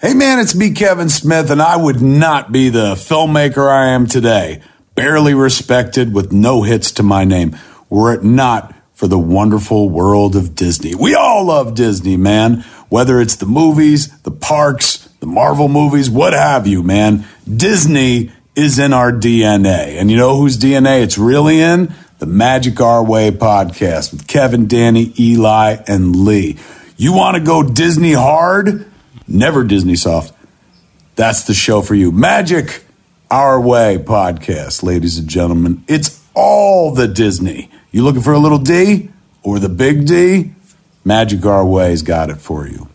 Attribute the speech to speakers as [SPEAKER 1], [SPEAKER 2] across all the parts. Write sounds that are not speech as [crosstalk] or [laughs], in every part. [SPEAKER 1] Hey man, it's me, Kevin Smith, and I would not be the filmmaker I am today, barely respected with no hits to my name, were it not for the wonderful world of Disney. We all love Disney, man, whether it's the movies, the parks, the Marvel movies, what have you, man. Disney is in our DNA. And you know whose DNA it's really in? The Magic Our Way podcast with Kevin, Danny, Eli, and Lee. You want to go Disney hard? Never Disney soft. That's the show for you. Magic Our Way podcast, ladies and gentlemen. It's all the Disney. You looking for a little D or the big D? Magic Our Way's got it for you.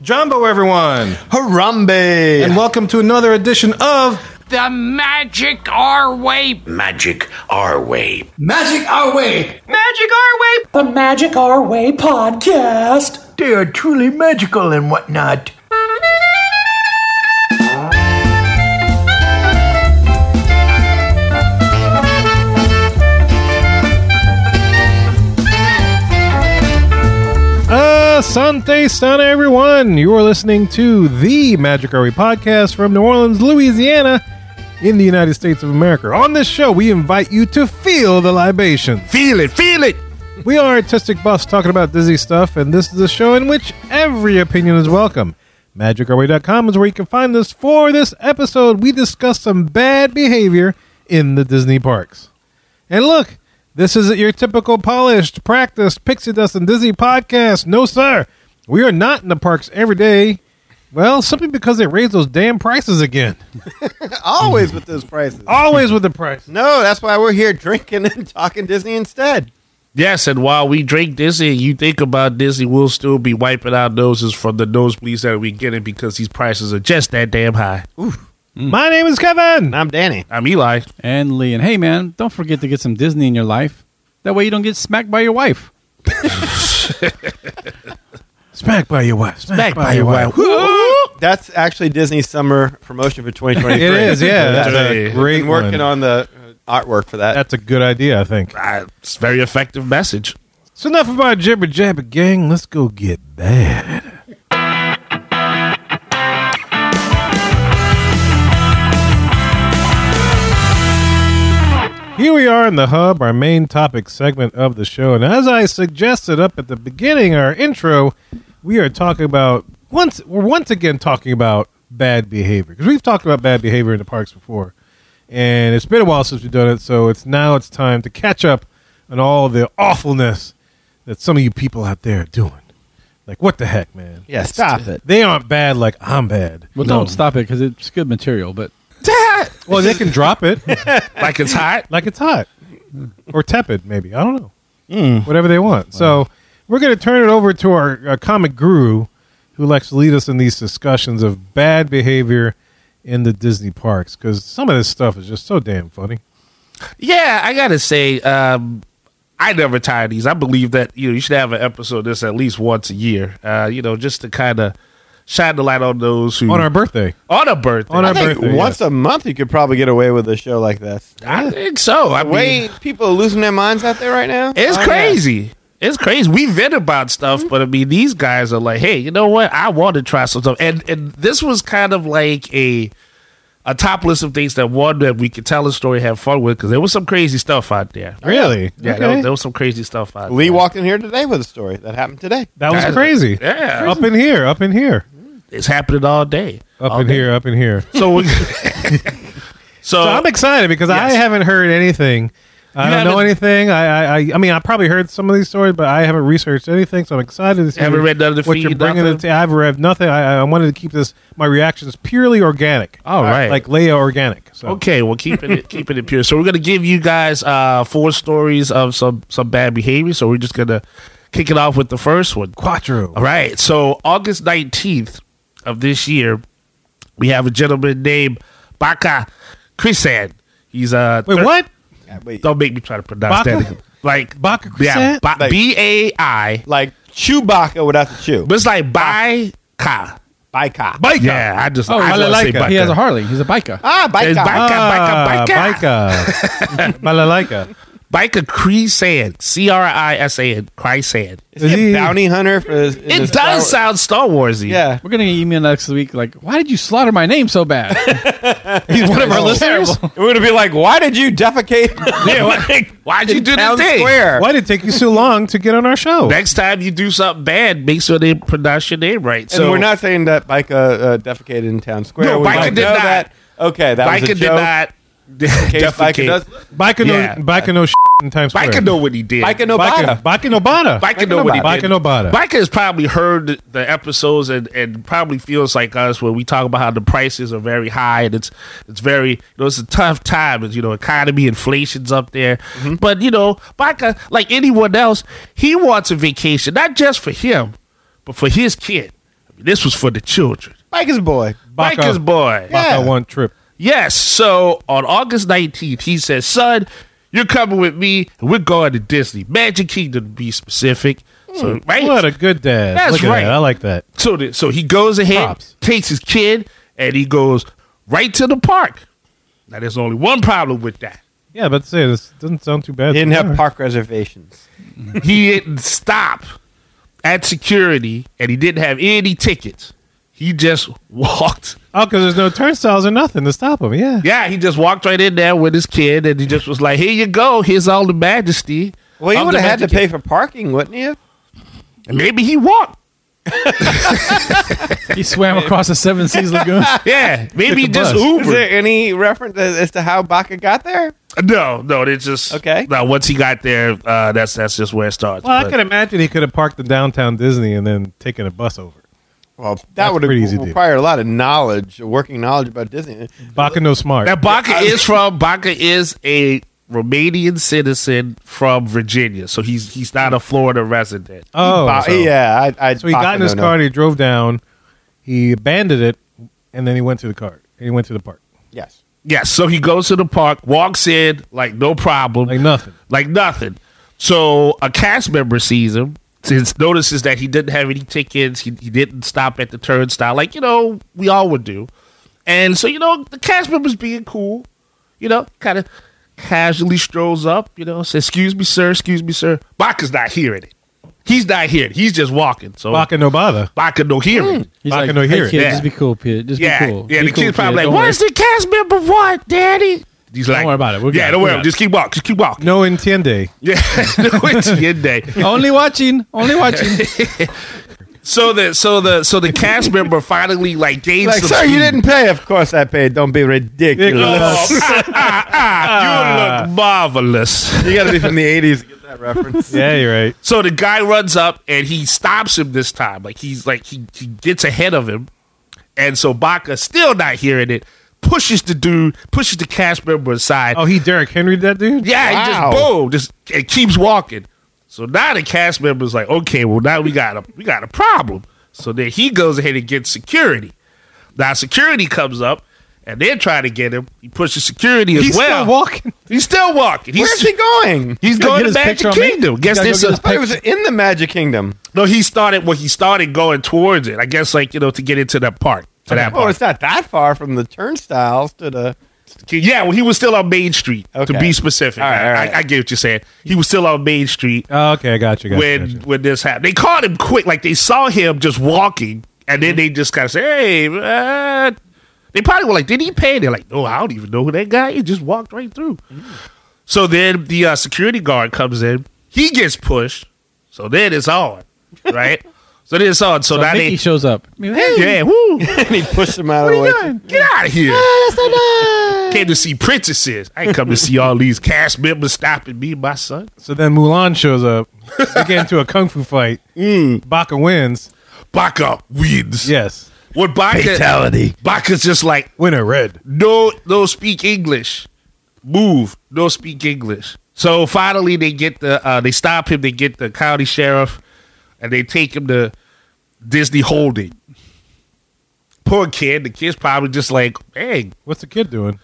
[SPEAKER 2] Jumbo, everyone,
[SPEAKER 3] Harambe!
[SPEAKER 2] and welcome to another edition of
[SPEAKER 4] The magic our way.
[SPEAKER 5] Magic our way.
[SPEAKER 6] Magic our way.
[SPEAKER 4] Magic our way.
[SPEAKER 7] The Magic Our Way podcast.
[SPEAKER 6] They are truly magical and whatnot.
[SPEAKER 2] Asante Sana, everyone. You are listening to the Magic Are We podcast from New Orleans, Louisiana, in the United States of America. On this show, we invite you to feel the libation.
[SPEAKER 3] Feel it, feel it!
[SPEAKER 2] We are Artistic Buffs talking about Disney stuff, and this is a show in which every opinion is welcome. MagicOurWay.com is where you can find us. For this episode, we discuss some bad behavior in the Disney parks. And look, this isn't your typical polished, practiced pixie dust and Disney podcast. No, sir. We are not in the parks every day. Well, simply because they raised those damn prices
[SPEAKER 8] [laughs]
[SPEAKER 2] again.
[SPEAKER 3] Always with those prices.
[SPEAKER 2] Always with the price.
[SPEAKER 3] No, that's why we're here [laughs] drinking and talking Disney instead.
[SPEAKER 5] Yes, and while we drink Disney, you think about Disney, we'll still be wiping our noses from the nosebleeds that we getting because these prices are just that damn high.
[SPEAKER 8] Mm.
[SPEAKER 2] My name is Kevin.
[SPEAKER 3] I'm Danny.
[SPEAKER 5] I'm Eli.
[SPEAKER 8] and Lee. And hey, man, don't forget to get some Disney in your life. That way you don't get smacked by your
[SPEAKER 2] [laughs]
[SPEAKER 8] wife.
[SPEAKER 2] Smack by your wife. Smack, by, your wife.
[SPEAKER 3] That's actually Disney's summer promotion for 2023.
[SPEAKER 2] It is, yeah. That's
[SPEAKER 5] Hey.
[SPEAKER 2] a great
[SPEAKER 3] Been working
[SPEAKER 2] one.
[SPEAKER 3] on the uh, artwork for that.
[SPEAKER 2] That's a good idea, I think.
[SPEAKER 5] Ah, It's a very effective message.
[SPEAKER 2] So enough about jibber jabber, gang. Let's go get bad. Here we are in the hub, our main topic segment of the show. And as I suggested up at the beginning, our intro, we are talking about once we're once again talking about bad behavior because we've talked about bad behavior in the parks before, and it's been a while since we've done it. So it's now it's time to catch up on all the awfulness that some of you people out there are doing. Like what the heck, man?
[SPEAKER 3] yeah, stop it.
[SPEAKER 2] They aren't bad like I'm bad.
[SPEAKER 8] Well, [laughs] don't stop it because it's good material. But
[SPEAKER 2] Well, they can drop it.
[SPEAKER 5] Like it's hot.
[SPEAKER 2] like it's hot
[SPEAKER 5] Hmm.
[SPEAKER 2] or tepid maybe i don't know whatever they want so we're going to turn it over to our, uh comic guru who likes to lead us in these discussions of bad behavior in the disney parks because some of this stuff is just so damn funny
[SPEAKER 5] Yeah, I gotta say, um, I never tire of these. I believe that you know you should have an episode of this at least once a year. Uh, you know, just to kind of shine the light on those who
[SPEAKER 2] on our birthday
[SPEAKER 5] on a birthday.
[SPEAKER 2] on
[SPEAKER 5] I
[SPEAKER 2] our
[SPEAKER 5] think,
[SPEAKER 2] birthday,
[SPEAKER 3] Once a month, you could probably get away with a show like this.
[SPEAKER 5] I think so. I
[SPEAKER 3] The way
[SPEAKER 5] mean,
[SPEAKER 3] people are losing their minds out there right now.
[SPEAKER 5] it's
[SPEAKER 3] Oh, yeah.
[SPEAKER 5] crazy. It's crazy. We vent about stuff, but I mean, these guys are like, hey, you know what? I want to try some stuff, and and this was kind of like a a top list of things that one that we could tell a story, have fun with, because there was some crazy stuff out there.
[SPEAKER 2] really
[SPEAKER 5] Yeah,
[SPEAKER 2] Okay.
[SPEAKER 5] there, was, there was some crazy stuff out
[SPEAKER 3] Lee
[SPEAKER 5] there.
[SPEAKER 3] walked in here today with a story that happened today.
[SPEAKER 2] that was crazy
[SPEAKER 5] Yeah,
[SPEAKER 2] up in here up in here
[SPEAKER 5] it's happening all day.
[SPEAKER 2] up
[SPEAKER 5] All
[SPEAKER 2] in
[SPEAKER 5] day.
[SPEAKER 2] here up in here
[SPEAKER 5] [laughs]
[SPEAKER 2] [laughs]
[SPEAKER 5] So, we- so,
[SPEAKER 2] So I'm excited because I
[SPEAKER 5] Uh, Yes.
[SPEAKER 2] haven't heard anything. I
[SPEAKER 5] You
[SPEAKER 2] don't know
[SPEAKER 5] haven't-
[SPEAKER 2] anything. I, I I I mean I probably heard some of these stories, but I haven't researched anything. So I'm excited to see.
[SPEAKER 5] Haven't read none of the
[SPEAKER 2] what you're
[SPEAKER 5] feed,
[SPEAKER 2] bringing.
[SPEAKER 5] nothing?
[SPEAKER 2] To, I've read nothing. I, I wanted to keep this my reactions purely organic.
[SPEAKER 5] All right.
[SPEAKER 2] like Leia organic. So
[SPEAKER 5] okay, well, keeping it keeping it pure. So we're gonna give you guys uh, four stories of some some bad behavior. So we're just gonna kick it off with the first one.
[SPEAKER 2] Quattro.
[SPEAKER 5] All right. So August 19th of this year, we have a gentleman named Baka Krisan. He's uh
[SPEAKER 2] Wait,
[SPEAKER 5] thir-
[SPEAKER 2] what?
[SPEAKER 3] Wait,
[SPEAKER 5] Don't make me try to pronounce
[SPEAKER 2] Baka?
[SPEAKER 5] that. Like
[SPEAKER 2] Baka
[SPEAKER 5] Yeah,
[SPEAKER 2] Krisan?
[SPEAKER 5] ba-
[SPEAKER 3] Like-
[SPEAKER 5] B A I.
[SPEAKER 3] like Chewbacca without the chew.
[SPEAKER 5] But it's like Baka.
[SPEAKER 3] Bika.
[SPEAKER 5] Bika. Yeah, I just
[SPEAKER 8] Oh,
[SPEAKER 5] Oh, I just wanna say
[SPEAKER 8] He has
[SPEAKER 5] Baka.
[SPEAKER 8] a Harley. He's a biker.
[SPEAKER 3] Ah,
[SPEAKER 5] It's
[SPEAKER 2] Uh,
[SPEAKER 3] Bika.
[SPEAKER 5] [laughs] Baka, Baka, Baka.
[SPEAKER 2] Bika. Balalaika.
[SPEAKER 5] Micah Creesan, C R I S A N, Creesan.
[SPEAKER 3] Is he a bounty hunter? For his,
[SPEAKER 5] It does sound Star Warsy. [laughs]
[SPEAKER 3] Yeah.
[SPEAKER 8] We're gonna get an email next week. Like, why did you slaughter my name so bad? He's one of our listeners.
[SPEAKER 3] We're gonna be like, why did you defecate?
[SPEAKER 5] Yeah, why, why'd you do the
[SPEAKER 3] Town
[SPEAKER 5] thing?
[SPEAKER 3] Square.
[SPEAKER 2] Why did it take you so long to get on our show?
[SPEAKER 5] Next time you do something bad, make sure they pronounce your name right.
[SPEAKER 3] And
[SPEAKER 5] So
[SPEAKER 3] we're not saying that Micah uh, defecated in town square.
[SPEAKER 5] No,
[SPEAKER 3] We
[SPEAKER 5] Micah
[SPEAKER 3] might
[SPEAKER 5] did
[SPEAKER 3] know
[SPEAKER 5] not.
[SPEAKER 3] That. Okay, that was
[SPEAKER 5] Micah
[SPEAKER 3] a
[SPEAKER 5] did
[SPEAKER 3] joke.
[SPEAKER 5] not
[SPEAKER 3] [laughs] In case Micah
[SPEAKER 5] defecate.
[SPEAKER 3] does.
[SPEAKER 2] Biker
[SPEAKER 5] Yeah.
[SPEAKER 2] no, Biker no shit in Times Square.
[SPEAKER 5] Micah know what he did.
[SPEAKER 3] Micah
[SPEAKER 2] Biker,
[SPEAKER 3] Nobata.
[SPEAKER 2] Biker no bada.
[SPEAKER 5] Micah know what he
[SPEAKER 2] Biker
[SPEAKER 5] did.
[SPEAKER 2] no bada.
[SPEAKER 5] Micah has probably heard the episodes and, and probably feels like us where we talk about how the prices are very high and it's it's very you know it's a tough time it's you know economy inflation's up there
[SPEAKER 3] Mm-hmm.
[SPEAKER 5] but you know Micah like anyone else he wants a vacation not just for him but for his kid this was for the children
[SPEAKER 3] Micah's boy.
[SPEAKER 2] Baka-
[SPEAKER 5] Micah's boy
[SPEAKER 2] Baka one trip.
[SPEAKER 5] Yes. So on August 19th, he says, Son, you're coming with me, and we're going to Disney. Magic Kingdom, to be specific. So, right?
[SPEAKER 2] Hmm, What a good dad.
[SPEAKER 5] That's
[SPEAKER 2] Look at
[SPEAKER 5] right.
[SPEAKER 2] That. I like that.
[SPEAKER 5] so, the, so he goes ahead,
[SPEAKER 2] Props.
[SPEAKER 5] takes his kid, and he goes right to the park. Now, there's only one problem with that.
[SPEAKER 2] Yeah, but say this doesn't sound too bad.
[SPEAKER 3] He didn't
[SPEAKER 2] so
[SPEAKER 3] have
[SPEAKER 2] far.
[SPEAKER 3] park reservations.
[SPEAKER 2] [laughs]
[SPEAKER 5] He didn't stop at security, and he didn't have any tickets. He just walked
[SPEAKER 2] Oh, because there's no turnstiles or nothing to stop him. Yeah.
[SPEAKER 5] Yeah, he just walked right in there with his kid, and he just was like, "Here you go. Here's all the majesty."
[SPEAKER 3] Well, he
[SPEAKER 5] of
[SPEAKER 3] would
[SPEAKER 5] the
[SPEAKER 3] have had to
[SPEAKER 5] Magic
[SPEAKER 3] pay for parking, wouldn't he?
[SPEAKER 5] Kingdom." Maybe he walked.
[SPEAKER 8] he
[SPEAKER 5] [laughs]
[SPEAKER 8] swam across the Seven Seas Lagoon.
[SPEAKER 5] Yeah, maybe he
[SPEAKER 2] the
[SPEAKER 5] just
[SPEAKER 2] bus.
[SPEAKER 5] Uber.
[SPEAKER 3] Is there any reference as as to how Baca got there?
[SPEAKER 5] No, no, they just
[SPEAKER 3] Okay.
[SPEAKER 5] No, once he got there, uh, that's that's just where it starts.
[SPEAKER 2] Well, I
[SPEAKER 5] But-
[SPEAKER 2] could imagine he could have parked in downtown Disney and then taken a bus over.
[SPEAKER 3] Well, that
[SPEAKER 2] That's
[SPEAKER 3] would
[SPEAKER 2] pretty easy to do.
[SPEAKER 3] require a lot of knowledge, working knowledge about Disney.
[SPEAKER 2] Baka no smart.
[SPEAKER 5] Now Baca is from Baca is a Romanian citizen from Virginia, so he's he's not a Florida resident.
[SPEAKER 2] oh,
[SPEAKER 3] Ba- yeah, I, I,
[SPEAKER 2] So he got in his car and he drove down. He abandoned it, and then he went to the car. And he went to the park
[SPEAKER 3] Yes.
[SPEAKER 5] Yes, so he goes to the park, walks in like no problem,
[SPEAKER 2] like nothing.
[SPEAKER 5] like nothing. So a cast member sees him, since notices that he didn't have any tickets, he, he didn't stop at the turnstile, like you know we all would do. And so you know the cast member's being cool, you know, kind of casually strolls up, you know, says, "Excuse me, sir. Excuse me, sir." Baka's not hearing it. He's not hearing. it. He's just walking. So Baka,
[SPEAKER 2] Baka no bother.
[SPEAKER 5] no hearing. it.
[SPEAKER 8] He's
[SPEAKER 2] I
[SPEAKER 8] like,
[SPEAKER 2] can hear
[SPEAKER 8] hey,
[SPEAKER 2] it.
[SPEAKER 8] kid,
[SPEAKER 5] Yeah.
[SPEAKER 8] just be cool, kid. Just
[SPEAKER 5] Yeah,
[SPEAKER 8] be Hmm. cool.
[SPEAKER 5] yeah.
[SPEAKER 8] Be
[SPEAKER 5] the
[SPEAKER 8] cool,
[SPEAKER 5] kid's probably
[SPEAKER 8] Don't
[SPEAKER 5] like,
[SPEAKER 8] worry.
[SPEAKER 5] "What's the cast member want, Daddy?" He's like,
[SPEAKER 8] worry about it. We're
[SPEAKER 5] yeah,
[SPEAKER 8] good.
[SPEAKER 5] don't
[SPEAKER 8] We're
[SPEAKER 5] worry.
[SPEAKER 8] good.
[SPEAKER 5] Just keep walking. Just keep walking.
[SPEAKER 2] No entiende.
[SPEAKER 5] Yeah, [laughs] no,
[SPEAKER 8] [laughs]
[SPEAKER 5] it's your day.
[SPEAKER 8] Only watching.
[SPEAKER 5] [laughs]
[SPEAKER 8] Only watching.
[SPEAKER 5] So the so the so the cast [laughs] member finally like gains
[SPEAKER 3] Like,
[SPEAKER 5] some
[SPEAKER 3] sir, you
[SPEAKER 5] speed.
[SPEAKER 3] didn't pay. Of course I paid. Don't be ridiculous.
[SPEAKER 5] Oh, [laughs] ah, ah, ah, you look marvelous.
[SPEAKER 3] you got to be [laughs] from the 80s to get that reference.
[SPEAKER 2] Yeah, you're right.
[SPEAKER 5] So the guy runs up and he stops him this time. Like he's like he, he gets ahead of him, and so Baca still not hearing it, pushes the dude, pushes the cast member aside.
[SPEAKER 2] Oh, he Derek Henry, that dude.
[SPEAKER 5] Yeah, he
[SPEAKER 3] Wow.
[SPEAKER 5] just boom, just it keeps walking. So now the cast member's like, okay, well now we got a we got a problem. So then he goes ahead and gets security. Now security comes up and they're trying to get him. He pushes security as
[SPEAKER 2] He's
[SPEAKER 5] well.
[SPEAKER 2] still walking.
[SPEAKER 5] he's still walking. He's
[SPEAKER 3] Where's he going?
[SPEAKER 5] He's
[SPEAKER 8] gotta
[SPEAKER 5] going
[SPEAKER 8] get
[SPEAKER 5] to
[SPEAKER 8] his picture
[SPEAKER 5] Magic
[SPEAKER 8] on me.
[SPEAKER 5] Kingdom. Guess
[SPEAKER 8] gotta go
[SPEAKER 5] this
[SPEAKER 8] get
[SPEAKER 5] is
[SPEAKER 8] his
[SPEAKER 3] But it was in the Magic Kingdom.
[SPEAKER 5] no. He started well. He started going towards it. I guess like you know to get into that park to that
[SPEAKER 3] Oh,
[SPEAKER 5] park.
[SPEAKER 3] it's not that far from the turnstiles to the.
[SPEAKER 5] Yeah, well, he was still on Main Street to
[SPEAKER 3] Okay.
[SPEAKER 5] be specific.
[SPEAKER 3] All right, all right.
[SPEAKER 5] I, I get what you're saying. He was still on Main Street.
[SPEAKER 2] Oh, okay, I got you. Got you,
[SPEAKER 5] when
[SPEAKER 2] got you.
[SPEAKER 5] when this happened. They caught him quick, like they saw him just walking, and
[SPEAKER 8] Mm-hmm.
[SPEAKER 5] then they just kind of say, "Hey." Uh, they probably were like, "Did he pay?" They're like, "No, I don't even know who that guy. is. He just walked right through."
[SPEAKER 8] Mm-hmm.
[SPEAKER 5] So then the uh, security guard comes in. He gets pushed. So then it's on,
[SPEAKER 8] [laughs]
[SPEAKER 5] right? so then it's on. So,
[SPEAKER 8] So
[SPEAKER 5] now
[SPEAKER 8] Mickey
[SPEAKER 5] they,
[SPEAKER 8] shows up.
[SPEAKER 5] [laughs] yeah,
[SPEAKER 8] [laughs]
[SPEAKER 5] woo,
[SPEAKER 3] And [laughs] he pushed him out of the way.
[SPEAKER 5] get out of here.
[SPEAKER 8] Ah,
[SPEAKER 5] Came to see princesses. I ain't come to see all these cast members stopping me, and my son.
[SPEAKER 2] So then Mulan shows up. They get into a kung fu
[SPEAKER 5] [laughs]
[SPEAKER 2] fight.
[SPEAKER 5] Mm.
[SPEAKER 2] Baka wins.
[SPEAKER 5] Baka wins.
[SPEAKER 2] Yes.
[SPEAKER 5] What Baka? Baka's just like,
[SPEAKER 2] Winner red.
[SPEAKER 5] no, no speak English. Move, no speak English. So finally, they get the uh, they stop him. They get the county sheriff, and they take him to Disney Holding. Poor kid. The kid's probably just like, "Hey,
[SPEAKER 2] What's the kid doing?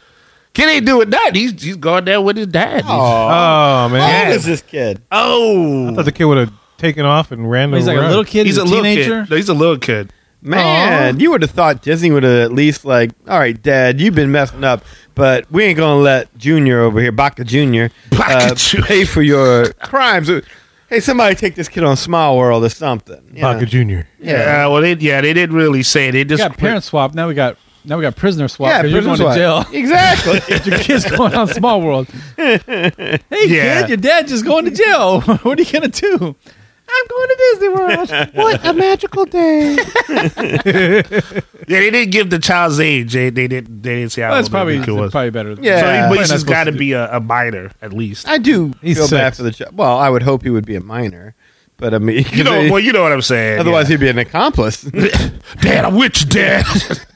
[SPEAKER 5] kid ain't doing nothing. He's he's going there with his dad." He's-
[SPEAKER 3] Oh,
[SPEAKER 2] Oh, man.
[SPEAKER 3] how old is this kid?
[SPEAKER 5] Oh,
[SPEAKER 2] I thought the kid would have taken off and ran
[SPEAKER 8] He's
[SPEAKER 2] to
[SPEAKER 8] like a
[SPEAKER 2] the road.
[SPEAKER 8] little kid.
[SPEAKER 5] he's a little
[SPEAKER 8] teenager.
[SPEAKER 5] kid. No, he's a little kid.
[SPEAKER 3] Man, you would have thought Disney would have at least like, all right, Dad, you've been messing up, but we ain't gonna let Junior over here, Baca Junior,
[SPEAKER 5] Baca
[SPEAKER 3] uh,
[SPEAKER 5] Jr.
[SPEAKER 3] pay for your crimes. Hey, somebody take this kid on Smile World or something. you know?
[SPEAKER 2] Baca Jr.
[SPEAKER 5] Yeah, well, they, yeah, they didn't really say it. They
[SPEAKER 8] We
[SPEAKER 5] just
[SPEAKER 8] got parent swap. Now we got now we got prisoner swap.
[SPEAKER 3] Yeah,
[SPEAKER 8] 'cause you're going
[SPEAKER 3] prison
[SPEAKER 8] to jail.
[SPEAKER 3] swap. Exactly.
[SPEAKER 8] your kid's going on Small World. hey
[SPEAKER 5] Yeah.
[SPEAKER 8] kid, your dad just going to jail. [laughs] what are you gonna do? I'm going to Disney World. what a magical day!
[SPEAKER 5] yeah, they didn't give the child's age. They they didn't they didn't say how
[SPEAKER 8] Oh, that's
[SPEAKER 5] old
[SPEAKER 8] probably
[SPEAKER 5] the kid was.
[SPEAKER 8] probably better.
[SPEAKER 3] Yeah.
[SPEAKER 5] So,
[SPEAKER 3] probably
[SPEAKER 5] but
[SPEAKER 8] not
[SPEAKER 5] he's
[SPEAKER 8] supposed
[SPEAKER 5] just got to
[SPEAKER 8] to
[SPEAKER 5] be a, a minor at least.
[SPEAKER 3] I do
[SPEAKER 2] He's
[SPEAKER 3] feel bad
[SPEAKER 2] six.
[SPEAKER 3] for the child. Well, I would hope he would be a minor, but I mean,
[SPEAKER 5] [laughs] You know,
[SPEAKER 3] [laughs] they-
[SPEAKER 5] well, you know what I'm saying.
[SPEAKER 3] otherwise he'd be an accomplice.
[SPEAKER 5] yeah. Dad, I'm with you, Dad.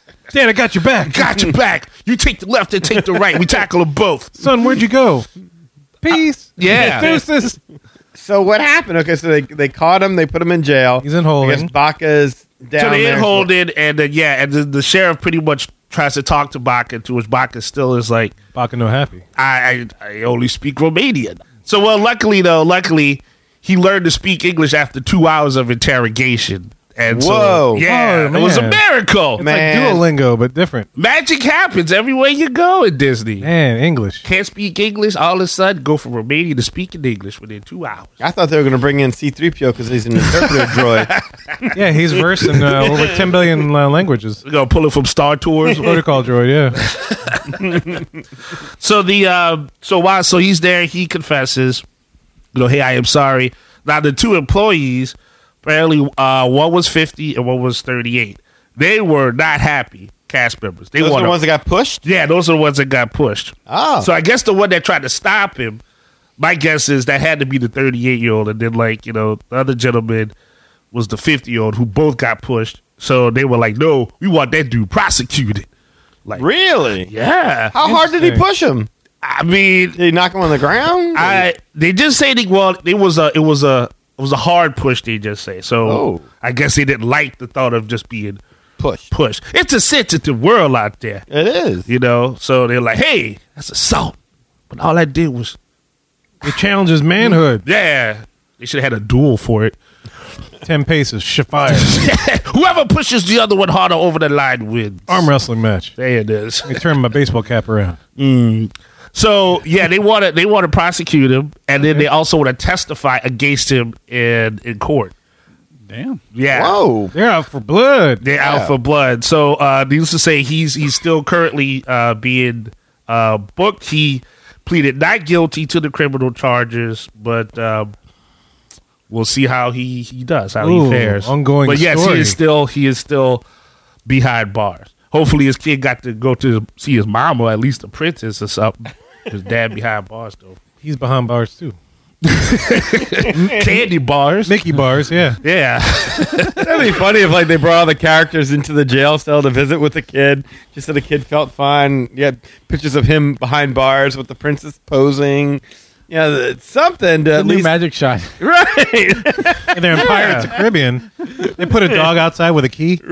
[SPEAKER 5] [laughs]
[SPEAKER 2] Dad, I got your back.
[SPEAKER 5] got your back. You take the left and take the right. We tackle them both.
[SPEAKER 2] Son, where'd you go? Peace.
[SPEAKER 5] Uh, Yeah.
[SPEAKER 2] Deuces.
[SPEAKER 3] so what happened? Okay, so they they caught him, they put him in jail.
[SPEAKER 2] He's in
[SPEAKER 3] I
[SPEAKER 2] holding.
[SPEAKER 3] guess Baca's down
[SPEAKER 5] so they
[SPEAKER 3] there.
[SPEAKER 5] in holding, and then yeah, and the, the sheriff pretty much tries to talk to Baca, to which Baca still is like,
[SPEAKER 2] Baca no happy.
[SPEAKER 5] I, I I only speak Romanian. So well, luckily though, luckily he learned to speak English after two hours of interrogation. And so,
[SPEAKER 3] Whoa.
[SPEAKER 5] yeah,
[SPEAKER 2] Oh,
[SPEAKER 5] it was a
[SPEAKER 2] man.
[SPEAKER 5] miracle.
[SPEAKER 2] It's
[SPEAKER 3] Man.
[SPEAKER 2] like Duolingo, but different.
[SPEAKER 5] Magic happens everywhere you go in Disney.
[SPEAKER 2] And English.
[SPEAKER 5] Can't speak English, all of a sudden go from Romanian to speaking English within two hours.
[SPEAKER 3] I thought they were going to bring in C-3PO because he's an [laughs] interpreter droid.
[SPEAKER 2] Yeah, he's versed in
[SPEAKER 5] [laughs]
[SPEAKER 2] uh, over 10 billion uh, languages.
[SPEAKER 5] We're gonna pull it from
[SPEAKER 3] [laughs]
[SPEAKER 5] Star Tours.
[SPEAKER 2] Protocol droid, yeah.
[SPEAKER 5] So the uh, so while so he's there, he confesses, you know, hey, I am sorry. Now the two employees, apparently, uh, one was fifty and one was thirty eight. They were not happy cast members. They
[SPEAKER 3] Those are
[SPEAKER 5] want
[SPEAKER 3] the ones that got pushed.
[SPEAKER 5] yeah, those are the ones that got pushed.
[SPEAKER 3] Oh,
[SPEAKER 5] So I guess the one that tried to stop him, my guess is that had to be the 38 year old, and then like you know the other gentleman was the 50 year old who both got pushed. So they were like, no, we want that dude prosecuted. Like
[SPEAKER 3] really?
[SPEAKER 5] yeah,
[SPEAKER 3] How hard did he push him?
[SPEAKER 5] I mean,
[SPEAKER 3] Did he knock him on the ground?
[SPEAKER 5] I they just say they well it was a it was a it was a hard push they just say so
[SPEAKER 3] Oh.
[SPEAKER 5] I guess they didn't like the thought of just being
[SPEAKER 3] push.
[SPEAKER 5] pushed. It's a sensitive world out there,
[SPEAKER 3] It is.
[SPEAKER 5] you know. So they're like, hey, that's assault. But all I did was
[SPEAKER 2] It challenges manhood.
[SPEAKER 5] yeah. They should have had a duel for it.
[SPEAKER 2] 10 paces,
[SPEAKER 5] [laughs]
[SPEAKER 2] shafire.
[SPEAKER 5] Whoever pushes the other one harder over the line wins.
[SPEAKER 2] Arm wrestling match.
[SPEAKER 5] There it is.
[SPEAKER 2] They turn my baseball cap around.
[SPEAKER 5] [laughs] So yeah, they want to they want to prosecute him, and then they also want to testify against him in in court.
[SPEAKER 8] Damn.
[SPEAKER 5] Yeah.
[SPEAKER 3] Whoa.
[SPEAKER 2] They're out for blood.
[SPEAKER 5] They're out for blood. So uh, needless to say, he's he's still currently uh, being uh, booked. He pleaded not guilty to the criminal charges, but um, we'll see how he, he does, how
[SPEAKER 2] Ooh,
[SPEAKER 5] he fares.
[SPEAKER 2] ongoing
[SPEAKER 5] but yes,
[SPEAKER 2] story.
[SPEAKER 5] he is still he is still behind bars. Hopefully, his kid got to go to see his mom or at least the princess or something. His dad behind bars though.
[SPEAKER 2] [laughs] He's behind bars, too.
[SPEAKER 5] Candy bars.
[SPEAKER 2] Mickey bars, yeah.
[SPEAKER 5] Yeah.
[SPEAKER 3] That'd be funny if like they brought all the characters into the jail cell to visit with the kid, just so the kid felt fine. You had pictures of him behind bars with the princess posing. Yeah, th- something to
[SPEAKER 8] The
[SPEAKER 3] at
[SPEAKER 8] new
[SPEAKER 3] least
[SPEAKER 8] magic shot.
[SPEAKER 3] right.
[SPEAKER 2] And they're in Pirates of the Caribbean. They put a dog outside with a key.
[SPEAKER 5] [laughs]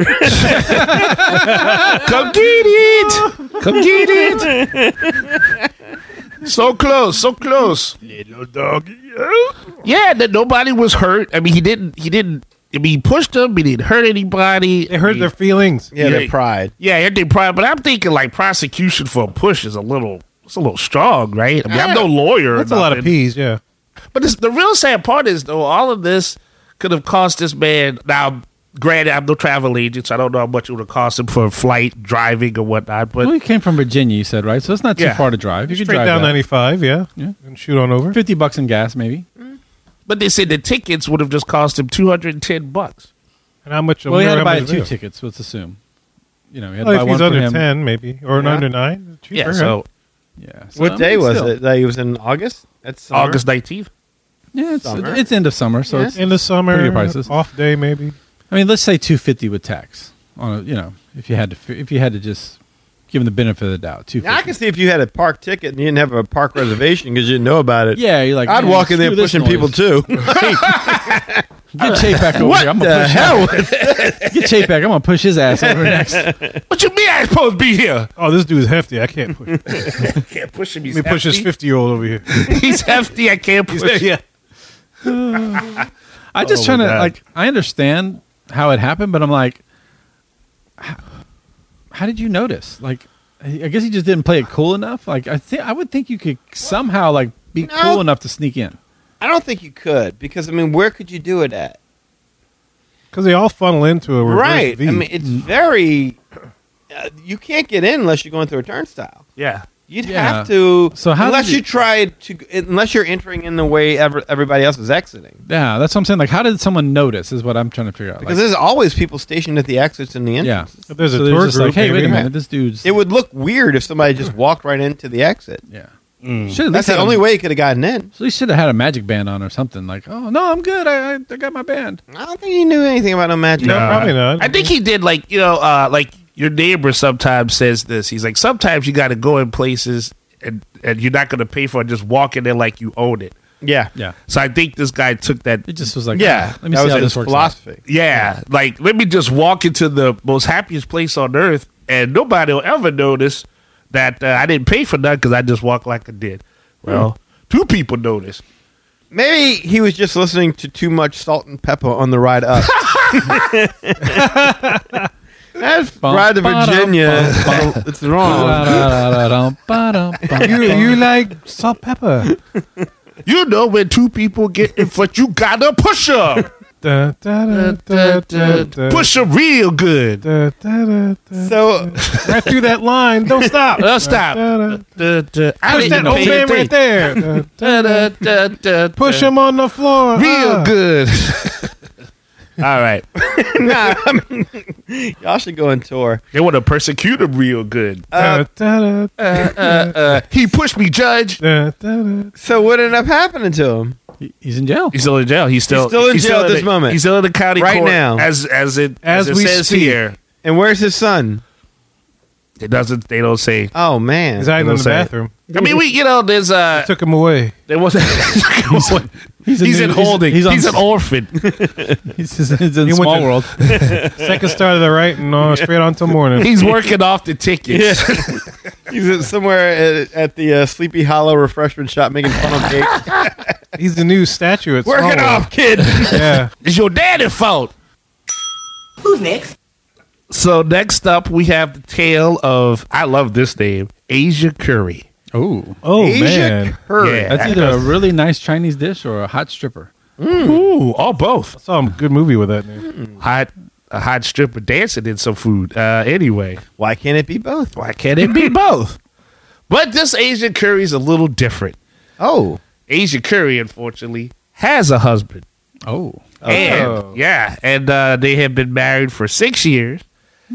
[SPEAKER 5] Come get it! Come get it! so close, so close. Little dog. Yeah, that nobody was hurt. I mean, he didn't. He didn't. I mean, he pushed him. He didn't hurt anybody.
[SPEAKER 2] They hurt
[SPEAKER 5] I
[SPEAKER 2] their
[SPEAKER 5] mean,
[SPEAKER 2] feelings.
[SPEAKER 3] yeah,
[SPEAKER 5] Yeah.
[SPEAKER 3] their pride.
[SPEAKER 5] Yeah, it did probably. But I'm thinking like prosecution for a push is a little. It's a little strong, right? I mean, I'm no lawyer. or
[SPEAKER 2] Ah, That's a lot of
[SPEAKER 5] nothing.
[SPEAKER 2] peas, yeah.
[SPEAKER 5] But this, the real sad part is though, all of this could have cost this man. Now, granted, I'm no travel agent, so I don't know how much it would have cost him for flight, driving, or whatnot. But
[SPEAKER 8] Well, he came from Virginia, you said, right? So it's not too
[SPEAKER 5] Yeah.
[SPEAKER 8] far to drive. You could
[SPEAKER 2] Straight
[SPEAKER 8] drive
[SPEAKER 2] down
[SPEAKER 8] that.
[SPEAKER 2] 95, yeah.
[SPEAKER 8] Yeah.
[SPEAKER 2] And shoot on over.
[SPEAKER 8] Fifty bucks in gas, maybe.
[SPEAKER 5] But they said the tickets would have just cost him two hundred and ten bucks.
[SPEAKER 2] And how much?
[SPEAKER 8] Well, he had
[SPEAKER 2] how
[SPEAKER 8] to buy
[SPEAKER 2] much
[SPEAKER 8] two
[SPEAKER 2] video?
[SPEAKER 8] tickets. Let's assume. You know, he had
[SPEAKER 2] Well,
[SPEAKER 8] to buy
[SPEAKER 2] Oh, if
[SPEAKER 8] one
[SPEAKER 2] he's
[SPEAKER 8] for
[SPEAKER 2] under
[SPEAKER 8] him.
[SPEAKER 2] 10, maybe. Or an
[SPEAKER 3] Yeah.
[SPEAKER 2] under 9. cheaper,
[SPEAKER 5] Yeah,
[SPEAKER 2] huh?
[SPEAKER 5] so
[SPEAKER 8] Yeah. so, I
[SPEAKER 3] What
[SPEAKER 8] mean,
[SPEAKER 3] day was
[SPEAKER 8] still-
[SPEAKER 3] it? That he was in August. That's summer?
[SPEAKER 5] August nineteenth.
[SPEAKER 8] Yeah, it's,
[SPEAKER 3] Summer.
[SPEAKER 8] it's end of summer, so it's
[SPEAKER 2] in the summer,
[SPEAKER 8] Pretty prices.
[SPEAKER 2] off day maybe.
[SPEAKER 8] I mean, let's say two fifty with tax on a, you know if you had to if you had to just give him the benefit of the doubt two
[SPEAKER 3] Now, I can
[SPEAKER 8] fifty.
[SPEAKER 3] see if you had a park ticket and you didn't have a park reservation because you didn't know about it.
[SPEAKER 8] Yeah, you're like
[SPEAKER 3] I'd
[SPEAKER 8] "Man,
[SPEAKER 3] walk in there
[SPEAKER 8] screw this
[SPEAKER 3] pushing people
[SPEAKER 8] noise.
[SPEAKER 3] too.
[SPEAKER 8] [laughs] Get Chase
[SPEAKER 3] [laughs]
[SPEAKER 8] back over here. I'm gonna
[SPEAKER 3] the
[SPEAKER 8] push
[SPEAKER 3] hell?
[SPEAKER 8] [laughs] Get Chase back. I'm gonna push his ass over next.
[SPEAKER 3] [laughs]
[SPEAKER 5] What you mean I ain't supposed to be here?
[SPEAKER 2] Oh, this dude's hefty. I can't
[SPEAKER 8] [laughs]
[SPEAKER 2] push. Let
[SPEAKER 5] Can't push him. He's
[SPEAKER 2] me push this
[SPEAKER 5] hefty.
[SPEAKER 2] fifty-year-old over here.
[SPEAKER 5] He's hefty. I can't push. him.
[SPEAKER 8] I just
[SPEAKER 2] Oh,
[SPEAKER 8] trying to
[SPEAKER 2] God.
[SPEAKER 3] Oh,
[SPEAKER 8] like I understand how it happened, but I'm like how did you notice? Like, I I guess he just didn't play it cool enough. Like, I think I would think you could somehow like be
[SPEAKER 3] No.
[SPEAKER 8] cool enough to sneak in.
[SPEAKER 3] I don't think you could because I mean, where could you do it at?
[SPEAKER 2] Because they all funnel into a reverse
[SPEAKER 3] Right.
[SPEAKER 2] V.
[SPEAKER 3] I mean, it's very. Uh, you can't get in unless you're going through a turnstile.
[SPEAKER 5] Yeah.
[SPEAKER 3] You'd
[SPEAKER 8] Yeah.
[SPEAKER 3] have to.
[SPEAKER 8] So how
[SPEAKER 3] unless
[SPEAKER 8] did
[SPEAKER 3] you
[SPEAKER 8] it-
[SPEAKER 3] tried to, unless you're entering in the way ever, everybody else is exiting,
[SPEAKER 8] Yeah, that's what I'm saying. Like, how did someone notice? Is what I'm trying to figure out.
[SPEAKER 3] because
[SPEAKER 8] Like,
[SPEAKER 3] there's always people stationed at the exits and the
[SPEAKER 8] yeah,
[SPEAKER 3] entrances.
[SPEAKER 2] If there's a
[SPEAKER 8] So they're
[SPEAKER 2] tour
[SPEAKER 8] just
[SPEAKER 2] group,
[SPEAKER 8] like, hey, wait a
[SPEAKER 2] maybe.
[SPEAKER 8] minute, this dude's.
[SPEAKER 3] It would look weird if somebody just walked right into the exit.
[SPEAKER 8] yeah, should at least
[SPEAKER 3] That's the
[SPEAKER 8] had a-
[SPEAKER 3] only way you could have gotten in.
[SPEAKER 8] So he should have had a magic band on or something. Like, oh no, I'm good. I I, I got my band.
[SPEAKER 3] I don't think he knew anything about no magic.
[SPEAKER 2] No, [laughs] probably not.
[SPEAKER 5] I think he did like you know, uh, like your neighbor sometimes says this. He's like, sometimes you got to go in places and and you're not going to pay for it. Just walk in there like you own it.
[SPEAKER 3] Yeah,
[SPEAKER 8] Yeah,
[SPEAKER 5] So I think this guy took that.
[SPEAKER 8] it just was like,
[SPEAKER 3] yeah.
[SPEAKER 8] oh, let
[SPEAKER 3] that
[SPEAKER 8] me see
[SPEAKER 3] was
[SPEAKER 8] how
[SPEAKER 3] his
[SPEAKER 8] this works. out.
[SPEAKER 3] philosophy.
[SPEAKER 5] Yeah, like let me just walk into the most happiest place on earth, and nobody will ever notice that uh, I didn't pay for nothing because I just walked like I did. Well, two people noticed.
[SPEAKER 3] Maybe he was just listening to too much salt and pepper on the ride
[SPEAKER 8] [laughs]
[SPEAKER 3] up. that ride to Virginia, [laughs] it's wrong.
[SPEAKER 8] [laughs] Ba-da-da-da-dum,
[SPEAKER 2] you,
[SPEAKER 8] ba-dum-bum.
[SPEAKER 2] you like salt pepper.
[SPEAKER 5] You know when two people get in front, you gotta push up,
[SPEAKER 2] [laughs] Da, da, da, da, da, da,
[SPEAKER 5] push up real good.
[SPEAKER 2] da, da, da, da.
[SPEAKER 8] [laughs]
[SPEAKER 3] So
[SPEAKER 2] Right through that line. Don't stop.
[SPEAKER 5] Uh, stop.
[SPEAKER 2] Da, da.
[SPEAKER 5] Duh, duh. I
[SPEAKER 2] Push
[SPEAKER 5] didn't
[SPEAKER 2] that old
[SPEAKER 5] pay
[SPEAKER 2] man
[SPEAKER 5] a
[SPEAKER 2] right
[SPEAKER 5] thing.
[SPEAKER 2] there. Da, da,
[SPEAKER 5] Duh, duh, duh, duh,
[SPEAKER 2] Push
[SPEAKER 5] duh.
[SPEAKER 2] him on the floor.
[SPEAKER 5] real
[SPEAKER 2] Ah.
[SPEAKER 5] good. All right,
[SPEAKER 3] nah, I mean, y'all should go on tour.
[SPEAKER 5] they want to persecute him real good.
[SPEAKER 2] Da, da, da,
[SPEAKER 5] Uh, he pushed me, judge.
[SPEAKER 2] da, da, da.
[SPEAKER 3] So what ended up happening to him?
[SPEAKER 8] He- He's in jail.
[SPEAKER 5] He's still in jail. He's still,
[SPEAKER 3] He's still in jail at
[SPEAKER 5] the-
[SPEAKER 3] this moment.
[SPEAKER 5] He's still in the county
[SPEAKER 3] Right
[SPEAKER 5] court
[SPEAKER 3] now.
[SPEAKER 5] as as it
[SPEAKER 2] As
[SPEAKER 5] as, it
[SPEAKER 2] we
[SPEAKER 5] says
[SPEAKER 2] speak.
[SPEAKER 5] here.
[SPEAKER 3] And where's his son?
[SPEAKER 5] It doesn't. They don't say.
[SPEAKER 3] Oh man,
[SPEAKER 2] He's hiding in the
[SPEAKER 5] say it.
[SPEAKER 2] bathroom.
[SPEAKER 5] I mean, we you know there's uh
[SPEAKER 2] Took him [laughs] away.
[SPEAKER 5] there was he's,
[SPEAKER 8] He's,
[SPEAKER 5] in
[SPEAKER 8] he's-
[SPEAKER 5] holding. He's,
[SPEAKER 8] He's, on,
[SPEAKER 5] an orphan.
[SPEAKER 8] he's, he's, in
[SPEAKER 2] He went
[SPEAKER 8] small
[SPEAKER 2] to-
[SPEAKER 8] world.
[SPEAKER 2] Second star to the right and on, straight on till morning.
[SPEAKER 5] [laughs] he's working off the tickets.
[SPEAKER 3] [laughs] he's at- somewhere at, at the uh, Sleepy Hollow refreshment shop making fun
[SPEAKER 8] [laughs]
[SPEAKER 3] of cake.
[SPEAKER 2] He's the new statue. At
[SPEAKER 3] Work it
[SPEAKER 2] Smallwood.
[SPEAKER 3] off, kid.
[SPEAKER 2] Yeah.
[SPEAKER 5] it's your daddy's fault.
[SPEAKER 7] Who's next?
[SPEAKER 5] So next up, we have the tale of I love this name, Asia Curry.
[SPEAKER 8] Oh,
[SPEAKER 2] Oh
[SPEAKER 3] Asia
[SPEAKER 2] man.
[SPEAKER 3] Curry.
[SPEAKER 5] Yeah.
[SPEAKER 8] that's either a really nice Chinese dish or a hot stripper.
[SPEAKER 5] Ooh, all both
[SPEAKER 2] Saw a good movie with that name.
[SPEAKER 5] hot. A hot stripper dancing in some food. Uh, anyway,
[SPEAKER 3] Why can't it be both?
[SPEAKER 5] why can't it [laughs] be both? But this Asian curry is a little different.
[SPEAKER 3] Oh,
[SPEAKER 5] Asia Curry, unfortunately, has a husband.
[SPEAKER 8] Oh,
[SPEAKER 2] Oh.
[SPEAKER 5] And yeah, and uh, they have been married for six years,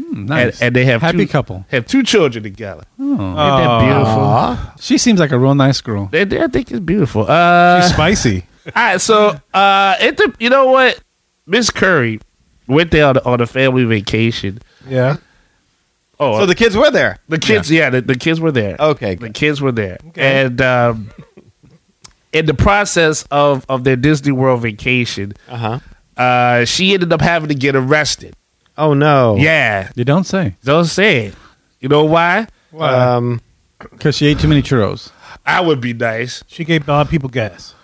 [SPEAKER 8] hmm, nice.
[SPEAKER 5] and, and they have
[SPEAKER 8] happy
[SPEAKER 5] two,
[SPEAKER 8] couple.
[SPEAKER 5] have two children together.
[SPEAKER 8] Oh.
[SPEAKER 5] Isn't that beautiful?
[SPEAKER 8] She seems like a real nice girl.
[SPEAKER 5] They- they- I think it's beautiful. Uh,
[SPEAKER 2] Spicy.
[SPEAKER 5] all right, so uh, it, de- you know what, Miss Curry went there on, on a family vacation.
[SPEAKER 2] Yeah.
[SPEAKER 5] Oh,
[SPEAKER 3] so the kids were there.
[SPEAKER 5] The kids, yeah, the, the kids were there.
[SPEAKER 3] Okay,
[SPEAKER 5] the
[SPEAKER 3] good.
[SPEAKER 5] kids were there, and um, in the process of of their Disney World vacation,
[SPEAKER 3] Uh huh.
[SPEAKER 5] uh, she ended up having to get arrested.
[SPEAKER 3] Oh no.
[SPEAKER 5] Yeah,
[SPEAKER 8] You don't say
[SPEAKER 5] don't say it. You know why?
[SPEAKER 3] Um,
[SPEAKER 8] because she ate too many churros.
[SPEAKER 5] I would be nice.
[SPEAKER 2] She gave a lot of people gas.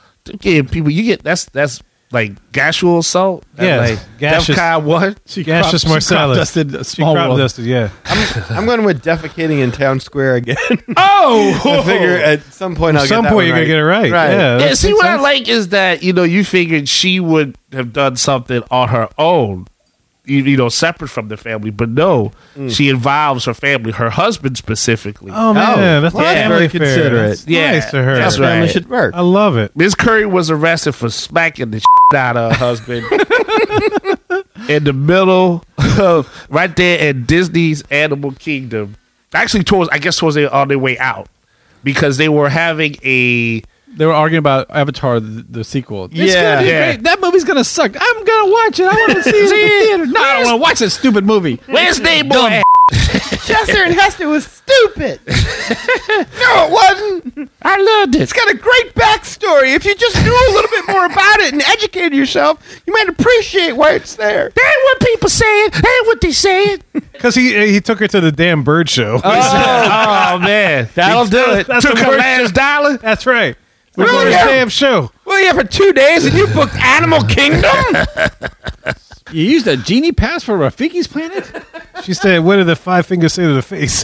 [SPEAKER 5] Yeah, people, you get that's that's like gaseous assault. That,
[SPEAKER 2] Yes,
[SPEAKER 5] like
[SPEAKER 2] gaseous.
[SPEAKER 5] DEFCON one.
[SPEAKER 8] She
[SPEAKER 2] Gaseous
[SPEAKER 8] crop- she crop
[SPEAKER 2] Marcellus.
[SPEAKER 8] dusted a
[SPEAKER 2] She
[SPEAKER 8] small
[SPEAKER 2] crop
[SPEAKER 8] world.
[SPEAKER 2] dusted, yeah.
[SPEAKER 3] I'm going with defecating in town square again. [laughs]
[SPEAKER 5] Oh, [laughs]
[SPEAKER 3] I figure at some point I'll
[SPEAKER 2] At some
[SPEAKER 3] get that
[SPEAKER 2] point,
[SPEAKER 3] one
[SPEAKER 2] you're going to get it right.
[SPEAKER 3] Right.
[SPEAKER 2] Yeah.
[SPEAKER 5] Yeah,
[SPEAKER 2] that
[SPEAKER 5] see
[SPEAKER 2] makes
[SPEAKER 5] what I
[SPEAKER 2] sense.
[SPEAKER 5] like is that you know you figured she would have done something on her own, you, you know, separate from the family. But no, she involves her family, her husband specifically.
[SPEAKER 2] Oh, man. That's
[SPEAKER 3] well, that's
[SPEAKER 2] family
[SPEAKER 3] very
[SPEAKER 2] fair.
[SPEAKER 3] considerate.
[SPEAKER 2] That's
[SPEAKER 5] Yeah,
[SPEAKER 2] Nice to her.
[SPEAKER 5] that's
[SPEAKER 3] That's right.
[SPEAKER 5] right.
[SPEAKER 3] should work.
[SPEAKER 2] I love it.
[SPEAKER 5] Miss Curry was arrested for smacking the shit out of her [laughs] husband in the middle of right there at Disney's Animal Kingdom. Actually, towards I guess towards their, on their way out because they were having a
[SPEAKER 8] They were arguing about Avatar, the, the sequel. It's
[SPEAKER 3] Yeah.
[SPEAKER 8] gonna be
[SPEAKER 5] Yeah.
[SPEAKER 8] great. That movie's gonna suck. I'm gonna watch it. I want to see
[SPEAKER 3] [laughs]
[SPEAKER 8] it in the theater. No, I don't want to watch this stupid movie.
[SPEAKER 5] where's they boy.
[SPEAKER 3] Chester
[SPEAKER 2] [laughs]
[SPEAKER 3] and Hester was
[SPEAKER 5] [laughs]
[SPEAKER 3] stupid. no, it wasn't.
[SPEAKER 5] I loved it.
[SPEAKER 3] It's got a great backstory. If you just knew a little bit more about it and educated yourself, you might appreciate why it's there.
[SPEAKER 5] That ain't what people saying. That ain't what they saying.
[SPEAKER 2] Because he, he took her to the damn bird show.
[SPEAKER 5] Oh, man,
[SPEAKER 3] That'll do it.
[SPEAKER 2] That's
[SPEAKER 5] took
[SPEAKER 2] the
[SPEAKER 5] her
[SPEAKER 2] worst
[SPEAKER 5] last dollar.
[SPEAKER 2] [laughs] that's right. We're
[SPEAKER 3] Really?
[SPEAKER 2] going to the damn show.
[SPEAKER 3] Well, yeah, for two days and you booked Animal Kingdom.
[SPEAKER 8] [laughs] You used a genie pass for Rafiki's planet?
[SPEAKER 2] She said, "What did the five fingers say to the face?" [laughs] [laughs]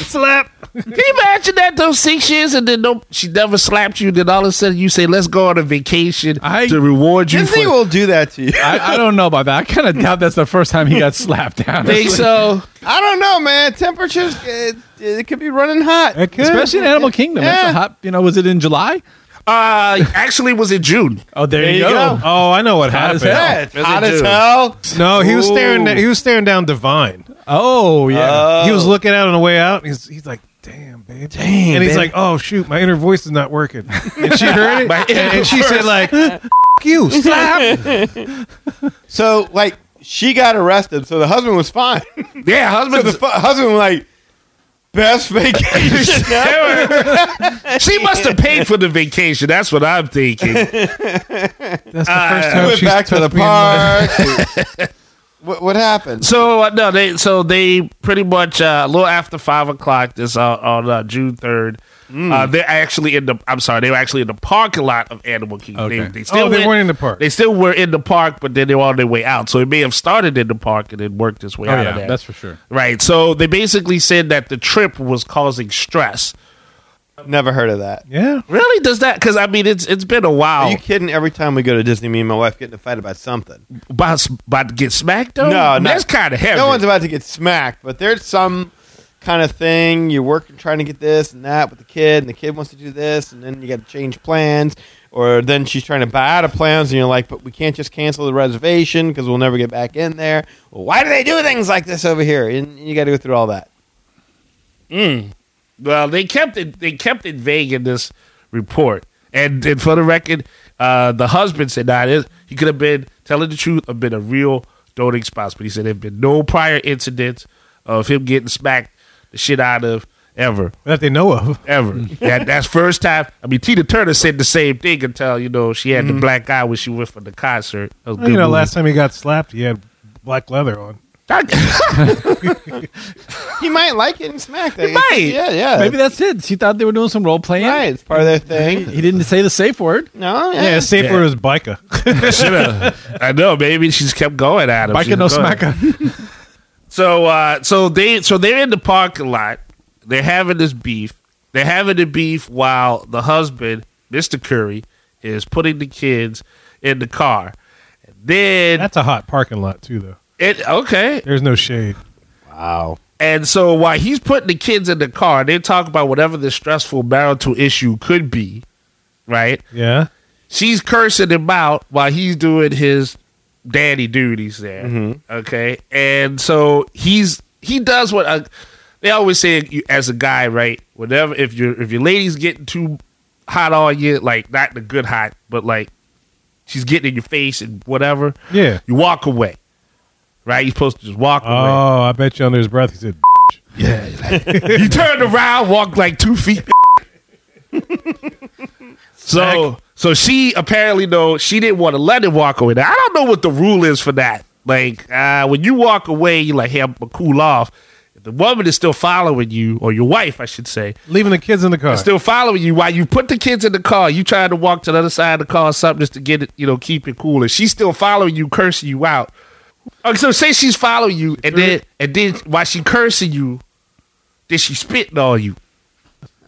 [SPEAKER 2] Slap.
[SPEAKER 5] Can you imagine that though? Six years and then no, she never slapped you. Then all of a sudden you say, "Let's go on a vacation
[SPEAKER 8] I-
[SPEAKER 5] to reward you."
[SPEAKER 3] Disney
[SPEAKER 5] For-
[SPEAKER 3] will do that to you.
[SPEAKER 8] I, I don't know about that. I kind of doubt that's the first time he got slapped down.
[SPEAKER 5] think so.
[SPEAKER 3] I don't know, man. Temperatures, it, it could be running hot.
[SPEAKER 2] It could.
[SPEAKER 8] Especially in Animal Kingdom. That's
[SPEAKER 3] Yeah.
[SPEAKER 8] a hot, you know, was it in July?
[SPEAKER 5] Uh, actually, it was in June.
[SPEAKER 8] Oh, there,
[SPEAKER 3] you go.
[SPEAKER 2] Oh, I know what
[SPEAKER 8] Hot as
[SPEAKER 2] happened.
[SPEAKER 8] hell.
[SPEAKER 3] Yeah, it's hot as
[SPEAKER 5] Residue.
[SPEAKER 3] hell.
[SPEAKER 2] No, he was staring.
[SPEAKER 3] Ooh.
[SPEAKER 2] He was staring down Divine.
[SPEAKER 8] Oh, yeah.
[SPEAKER 2] He was looking out on the way out. He's he's like, "Damn, babe." Damn. And he's like, "Oh shoot, my inner voice is not working." And she heard it,
[SPEAKER 5] My
[SPEAKER 2] and, and she said,
[SPEAKER 5] inner
[SPEAKER 2] "Like, F- you slap."
[SPEAKER 3] So, like, she got arrested, so the husband was fine. [laughs]
[SPEAKER 5] Yeah,
[SPEAKER 3] so
[SPEAKER 5] husband.
[SPEAKER 3] the fu- husband was like,
[SPEAKER 2] [laughs]
[SPEAKER 3] best vacation ever.
[SPEAKER 5] [laughs] she must have paid for the vacation. That's what I'm thinking.
[SPEAKER 2] That's the first
[SPEAKER 3] We
[SPEAKER 2] time
[SPEAKER 3] went
[SPEAKER 2] she's
[SPEAKER 3] back to the
[SPEAKER 2] touched me in my-
[SPEAKER 3] park. [laughs] what, what happened?
[SPEAKER 5] So uh, no, they so they pretty much uh, a little after five o'clock this uh, on uh, June third. Uh, they're actually in the. I'm sorry, they were actually in the parking lot of Animal Kingdom. They,
[SPEAKER 8] Okay.
[SPEAKER 5] they still
[SPEAKER 2] Oh, they
[SPEAKER 5] went-
[SPEAKER 2] weren't in the park.
[SPEAKER 5] They still were in the park, but then they were on their way out. So it may have started in the park and then worked its way
[SPEAKER 8] Oh,
[SPEAKER 5] out
[SPEAKER 8] yeah.
[SPEAKER 5] of there.
[SPEAKER 8] That's for sure.
[SPEAKER 5] right. So they basically said that the trip was causing stress.
[SPEAKER 3] Never heard of that.
[SPEAKER 2] Yeah.
[SPEAKER 5] Really? Does that? Because I mean, it's it's been a
[SPEAKER 3] Are
[SPEAKER 5] while.
[SPEAKER 3] you kidding? Every time we go to Disney, me and my wife get in a fight about something.
[SPEAKER 5] about, s- about to get smacked though.
[SPEAKER 3] No, no.
[SPEAKER 5] that's kind of heavy.
[SPEAKER 3] No one's about to get smacked, but there's some kind of thing you're working trying to get this and that with the kid, and the kid wants to do this, and then you got to change plans, or then she's trying to buy out of plans, and you're like, but we can't just cancel the reservation because we'll never get back in there. Well, why do they do things like this over here? And you got to go through all that.
[SPEAKER 5] Well, they kept it. They kept it vague in this report, and, and for the record, uh, the husband said that is he could have been telling the truth or been a real doting spouse, but he said there have been no prior incidents of him getting smacked the shit out of ever,
[SPEAKER 2] That they know of. [laughs]
[SPEAKER 5] ever.
[SPEAKER 2] Mm.
[SPEAKER 5] [laughs] that that's first time. I mean, Tina Turner said the same thing until you know she had the black eye when she went for the concert. That was a
[SPEAKER 2] Mm. Well, you
[SPEAKER 5] good
[SPEAKER 2] know,
[SPEAKER 5] movie.
[SPEAKER 2] last time he got slapped, he had black leather on.
[SPEAKER 3] He might like getting smacked. He
[SPEAKER 5] might.
[SPEAKER 3] Yeah, yeah.
[SPEAKER 8] Maybe that's it. She thought they were doing some role playing.
[SPEAKER 3] right. It's part of their thing.
[SPEAKER 8] He didn't say the safe word.
[SPEAKER 3] No, yeah.
[SPEAKER 2] Yeah, safe
[SPEAKER 5] Yeah.
[SPEAKER 2] for his biker.
[SPEAKER 5] Shoulda. [laughs] I know, baby. She's kept going at him. She's
[SPEAKER 8] Biker no
[SPEAKER 5] going.
[SPEAKER 8] smacker.
[SPEAKER 5] So uh, so they so they're in the parking lot. They're having this beef. They're having the beef while the husband, Mr. Curry, is putting the kids in the car. And then
[SPEAKER 2] That's a hot parking lot too, though.
[SPEAKER 5] it okay.
[SPEAKER 2] There's no shade.
[SPEAKER 5] And so while he's putting the kids in the car, they talk about whatever the stressful marital issue could be, right?
[SPEAKER 2] Yeah.
[SPEAKER 5] she's cursing him out while he's doing his daddy duties there.
[SPEAKER 2] Mm-hmm.
[SPEAKER 5] Okay, and so he's he does what a, they always say you, as a guy, right? Whatever if your if your lady's getting too hot on you, like not the good hot, but like she's getting in your face and whatever,
[SPEAKER 2] Yeah.
[SPEAKER 5] you walk away. Right, you're supposed to just walk away.
[SPEAKER 2] Oh, I bet you under his breath he said, [laughs]
[SPEAKER 5] [laughs] You turn around, walk like two feet. [laughs] so, so she apparently though she didn't want to let him walk away. Now, I don't know what the rule is for that. Like uh, when you walk away, you're like, "Hey, I'm gonna cool off." If the woman is still following you, or your wife, I should say,
[SPEAKER 2] leaving the kids in the car.
[SPEAKER 5] is still following you while you put the kids in the car, you trying to walk to the other side of the car, or something just to get it, you know, keep it cool, and she's still following you, cursing you out. Okay, so say she's following you, and then and then while she cursing you, then she spitting on you.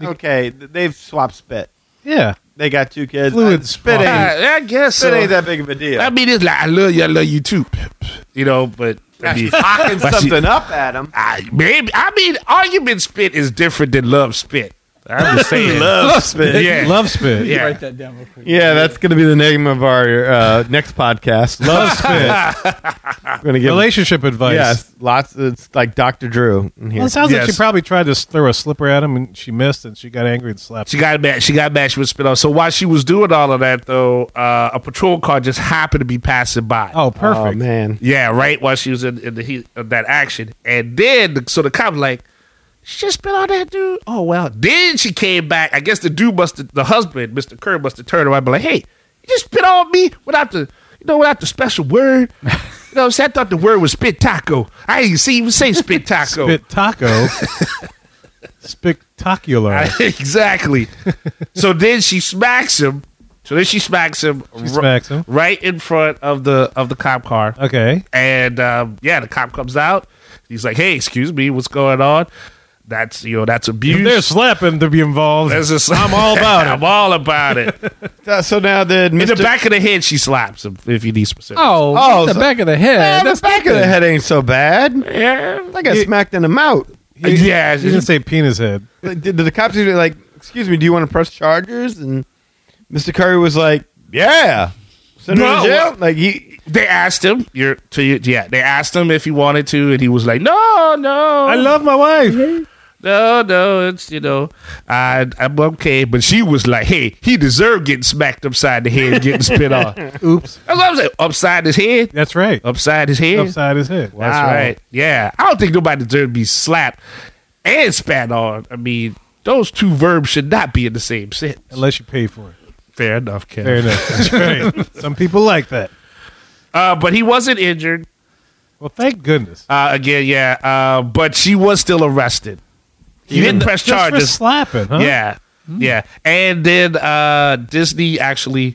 [SPEAKER 3] Okay, th- they've swapped spit.
[SPEAKER 2] yeah.
[SPEAKER 3] They got two kids.
[SPEAKER 2] Fluid
[SPEAKER 3] Uh, spit
[SPEAKER 2] swap.
[SPEAKER 3] ain't,
[SPEAKER 5] I, I guess so.
[SPEAKER 3] spit ain't that big of a deal.
[SPEAKER 5] I mean, it's like I love you, I love you too, you know. But I [laughs] mean,
[SPEAKER 3] Hocking
[SPEAKER 5] but she-
[SPEAKER 3] something up at him.
[SPEAKER 5] I, maybe I mean, argument spit is different than love spit. I'm just saying,
[SPEAKER 3] Love spit.
[SPEAKER 5] [laughs] yeah,
[SPEAKER 2] Love spit. [laughs]
[SPEAKER 5] yeah.
[SPEAKER 8] that down real
[SPEAKER 3] [laughs]
[SPEAKER 8] quick.
[SPEAKER 3] Yeah, that's going to be the name of our uh, next podcast. Love spit.
[SPEAKER 5] [laughs]
[SPEAKER 3] We're going to give
[SPEAKER 2] Relationship advice.
[SPEAKER 3] yes, lots. It's like Dr. Drew in here.
[SPEAKER 2] Well, it sounds like
[SPEAKER 5] Yes.
[SPEAKER 2] she probably tried to throw a slipper at him and she missed and she got angry and slapped
[SPEAKER 5] She
[SPEAKER 2] him.
[SPEAKER 5] got mad. She got mad. She was spit on. So while she was doing all of that, though, uh, a patrol car just happened to be passing by.
[SPEAKER 2] Oh,
[SPEAKER 3] oh
[SPEAKER 2] perfect.
[SPEAKER 3] man,
[SPEAKER 5] yeah, right. While she was in, in the heat of that action, and then so the cop like, she just spit on that dude. Oh well. Then she came back. I guess the dude must, have, the husband, Mister Kerr, must have turned around and be like, hey, you just spit on me without the, you know, without the
[SPEAKER 2] [laughs]
[SPEAKER 5] special word. You know, what I'm saying? I thought the word was spit taco. I didn't see even
[SPEAKER 2] [laughs]
[SPEAKER 5] say spit taco.
[SPEAKER 2] Spit
[SPEAKER 5] [laughs]
[SPEAKER 2] taco. Spectacular.
[SPEAKER 5] exactly. so then she smacks him, So then she smacks him, ri-
[SPEAKER 2] smacks him.
[SPEAKER 5] right in front of the of the cop car.
[SPEAKER 2] Okay.
[SPEAKER 5] And um, yeah, the cop comes out. He's like, "Hey, excuse me, what's going on? That's you know that's abuse.
[SPEAKER 2] There's
[SPEAKER 5] [laughs]
[SPEAKER 2] slapping to be involved. [laughs]
[SPEAKER 5] There's a slap. I'm all [laughs] about it. I'm all about it.
[SPEAKER 3] Uh, so now did
[SPEAKER 5] In the
[SPEAKER 3] Mr.
[SPEAKER 5] back of the head, she slaps him. If you need specific.
[SPEAKER 8] Oh,
[SPEAKER 3] Oh,
[SPEAKER 8] the
[SPEAKER 3] so-
[SPEAKER 8] back of the head.
[SPEAKER 3] Eh, the
[SPEAKER 8] That's
[SPEAKER 3] back of the head ain't so bad.
[SPEAKER 5] yeah,
[SPEAKER 3] I got smacked in the mouth.
[SPEAKER 5] Uh, yeah.
[SPEAKER 2] You didn't say penis head.
[SPEAKER 3] Like, did, did the cops even like, excuse me, do you want to press charges? And Mr. Curry was like, yeah. Send him
[SPEAKER 5] No.
[SPEAKER 3] to jail. Like, he,
[SPEAKER 5] they asked him. You're to you, yeah. They asked him if he wanted to, and he was like, "No,
[SPEAKER 3] Oh.
[SPEAKER 5] no,
[SPEAKER 2] I love my
[SPEAKER 3] Mm-hmm.
[SPEAKER 2] wife.
[SPEAKER 5] no, no. It's you know, I, I'm okay." But she was like, "Hey, he deserved getting smacked upside the head, and getting spit [laughs] on." That's
[SPEAKER 2] Oops.
[SPEAKER 5] what I'm saying. Upside his head,
[SPEAKER 2] That's right.
[SPEAKER 5] upside his head.
[SPEAKER 2] Upside his head.
[SPEAKER 5] All right. Yeah, I don't think nobody deserves to be slapped and spat on. I mean, those two verbs should not be in the same sentence.
[SPEAKER 2] Unless you pay for it.
[SPEAKER 5] Fair enough, Ken.
[SPEAKER 2] Fair enough. That's
[SPEAKER 3] [laughs]
[SPEAKER 2] right. Some people like that.
[SPEAKER 5] Uh, but he wasn't injured.
[SPEAKER 2] Well, thank goodness.
[SPEAKER 5] Uh, again, yeah. Uh, but she was still arrested. He didn't
[SPEAKER 2] Just
[SPEAKER 5] press
[SPEAKER 2] for
[SPEAKER 5] charges.
[SPEAKER 2] slapping, huh?
[SPEAKER 5] Yeah. Yeah. And then uh, Disney actually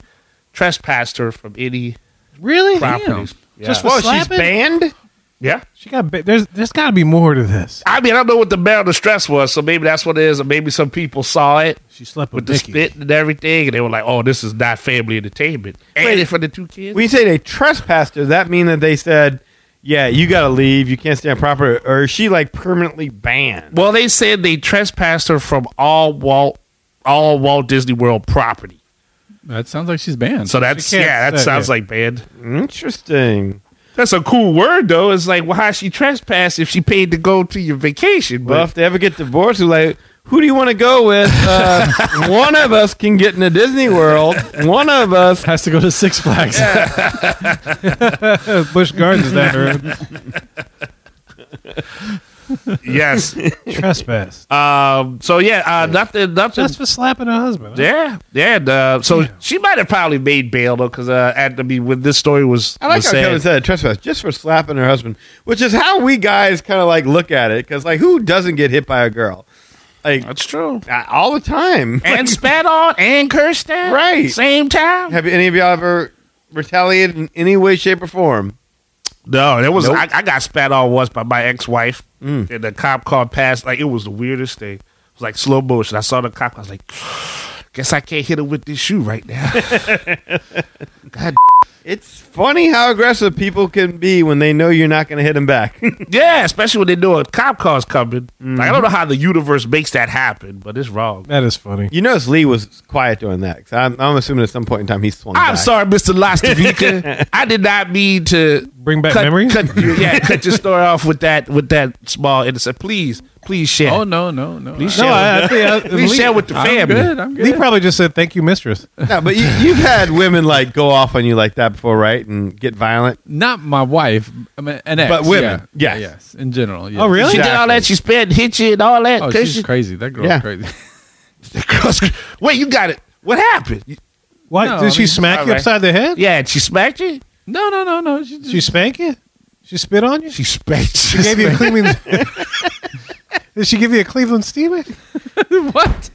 [SPEAKER 5] trespassed her from any
[SPEAKER 2] Really?
[SPEAKER 5] properties. Yeah.
[SPEAKER 2] Just for
[SPEAKER 3] whoa, she's
[SPEAKER 2] slapping?
[SPEAKER 3] banned?
[SPEAKER 5] yeah.
[SPEAKER 2] She got ba- there's there's got to be more to this.
[SPEAKER 5] I mean, I don't know what the amount of stress was, so maybe that's what it is, or maybe some people saw it
[SPEAKER 2] She slept
[SPEAKER 5] with
[SPEAKER 2] with,
[SPEAKER 5] the
[SPEAKER 2] Mickey.
[SPEAKER 5] spit and everything, and they were like, "Oh, this is not family entertainment." And for the two kids,
[SPEAKER 3] When you say they trespassed her, that mean that they said, yeah, you got to leave. You can't stand property. Or is she like permanently banned?
[SPEAKER 5] well, they said they trespassed her from all Walt, all Walt Disney World property.
[SPEAKER 8] That sounds like she's banned.
[SPEAKER 5] So that's
[SPEAKER 2] can't
[SPEAKER 5] yeah, that
[SPEAKER 2] say
[SPEAKER 5] sounds
[SPEAKER 2] it.
[SPEAKER 5] like banned.
[SPEAKER 3] Interesting.
[SPEAKER 5] That's a cool word though. It's like, well, how she trespass if she paid to go to your vacation?
[SPEAKER 3] Well,
[SPEAKER 5] But
[SPEAKER 3] if they ever get divorced, we're like, who do you want to go with? Uh, [laughs] one of us can get into Disney World. One of us.
[SPEAKER 8] has to go to Six Flags.
[SPEAKER 2] Bush Gardens down
[SPEAKER 3] [laughs]
[SPEAKER 2] there.
[SPEAKER 5] [laughs] yes,
[SPEAKER 2] Trespass.
[SPEAKER 5] um, so yeah, uh, nothing, nothing.
[SPEAKER 2] Just for slapping her husband. huh?
[SPEAKER 5] yeah, yeah. and, uh, so she might have probably made bail though, because uh, at I mean, when this story was,
[SPEAKER 3] I like
[SPEAKER 5] was
[SPEAKER 3] how
[SPEAKER 5] said-
[SPEAKER 3] Kevin said trespass just for slapping her husband, which is how we guys kind of like look at it. Because like, who doesn't get hit by a girl? Like
[SPEAKER 5] That's [laughs] true.
[SPEAKER 3] uh, all the time.
[SPEAKER 5] and spat on and cursed at
[SPEAKER 3] Right.
[SPEAKER 5] same time.
[SPEAKER 3] Have any of y'all ever retaliated in any way, shape, or form?
[SPEAKER 5] No, there was
[SPEAKER 3] Nope.
[SPEAKER 5] I, I got spat on once by my ex wife, and the cop car passed. Like it was the weirdest thing. It was like slow motion. I saw the cop. I was like, [sighs] guess I can't hit him with this shoe right now. [laughs] God,
[SPEAKER 3] It's funny how aggressive people can be when they know you're not going to hit them back. [laughs]
[SPEAKER 5] yeah, especially when they know a cop car's coming. Like, I don't know how the universe makes that happen, but it's wrong.
[SPEAKER 2] That is funny.
[SPEAKER 3] you notice Lee was quiet during that. i I'm, I'm assuming at some point in time he swung.
[SPEAKER 5] I'm
[SPEAKER 3] back.
[SPEAKER 5] sorry, Mr. Lastavica. I did not mean to
[SPEAKER 2] Bring back
[SPEAKER 5] cut,
[SPEAKER 2] memories?
[SPEAKER 5] cut- yeah, cut your story off with that with that small innocent. Please, please share.
[SPEAKER 8] oh no, no, no.
[SPEAKER 5] Please
[SPEAKER 2] No,
[SPEAKER 5] share.
[SPEAKER 2] I, I think I,
[SPEAKER 5] please
[SPEAKER 2] Lee-
[SPEAKER 5] share with the
[SPEAKER 8] I'm
[SPEAKER 5] family.
[SPEAKER 8] good. I'm
[SPEAKER 2] Lee
[SPEAKER 8] good.
[SPEAKER 2] probably just said thank you, mistress.
[SPEAKER 3] No, but you, you've had women like go off on you like that before, right? And get violent.
[SPEAKER 8] Not my wife. I mean, an ex.
[SPEAKER 3] But women,
[SPEAKER 8] Yeah.
[SPEAKER 3] yes.
[SPEAKER 8] Yeah, yes. In general. Yes.
[SPEAKER 2] Oh, really?
[SPEAKER 5] She did all that. She sped, hit you, and all that.
[SPEAKER 8] Oh,
[SPEAKER 5] cause
[SPEAKER 8] she's
[SPEAKER 5] she-
[SPEAKER 8] crazy. That girl's
[SPEAKER 3] Yeah.
[SPEAKER 8] crazy.
[SPEAKER 5] [laughs] Wait, you got it. What happened?
[SPEAKER 2] Why
[SPEAKER 8] No, I
[SPEAKER 2] did she
[SPEAKER 8] mean,
[SPEAKER 2] smack you
[SPEAKER 5] alright.
[SPEAKER 2] upside the head?
[SPEAKER 5] Yeah, she smacked you.
[SPEAKER 8] No, no, no, no. She just,
[SPEAKER 2] She spank you? She spit on you?
[SPEAKER 5] She spanked.
[SPEAKER 2] She gave you a Cleveland. Did she give you a Cleveland steamer?
[SPEAKER 8] what?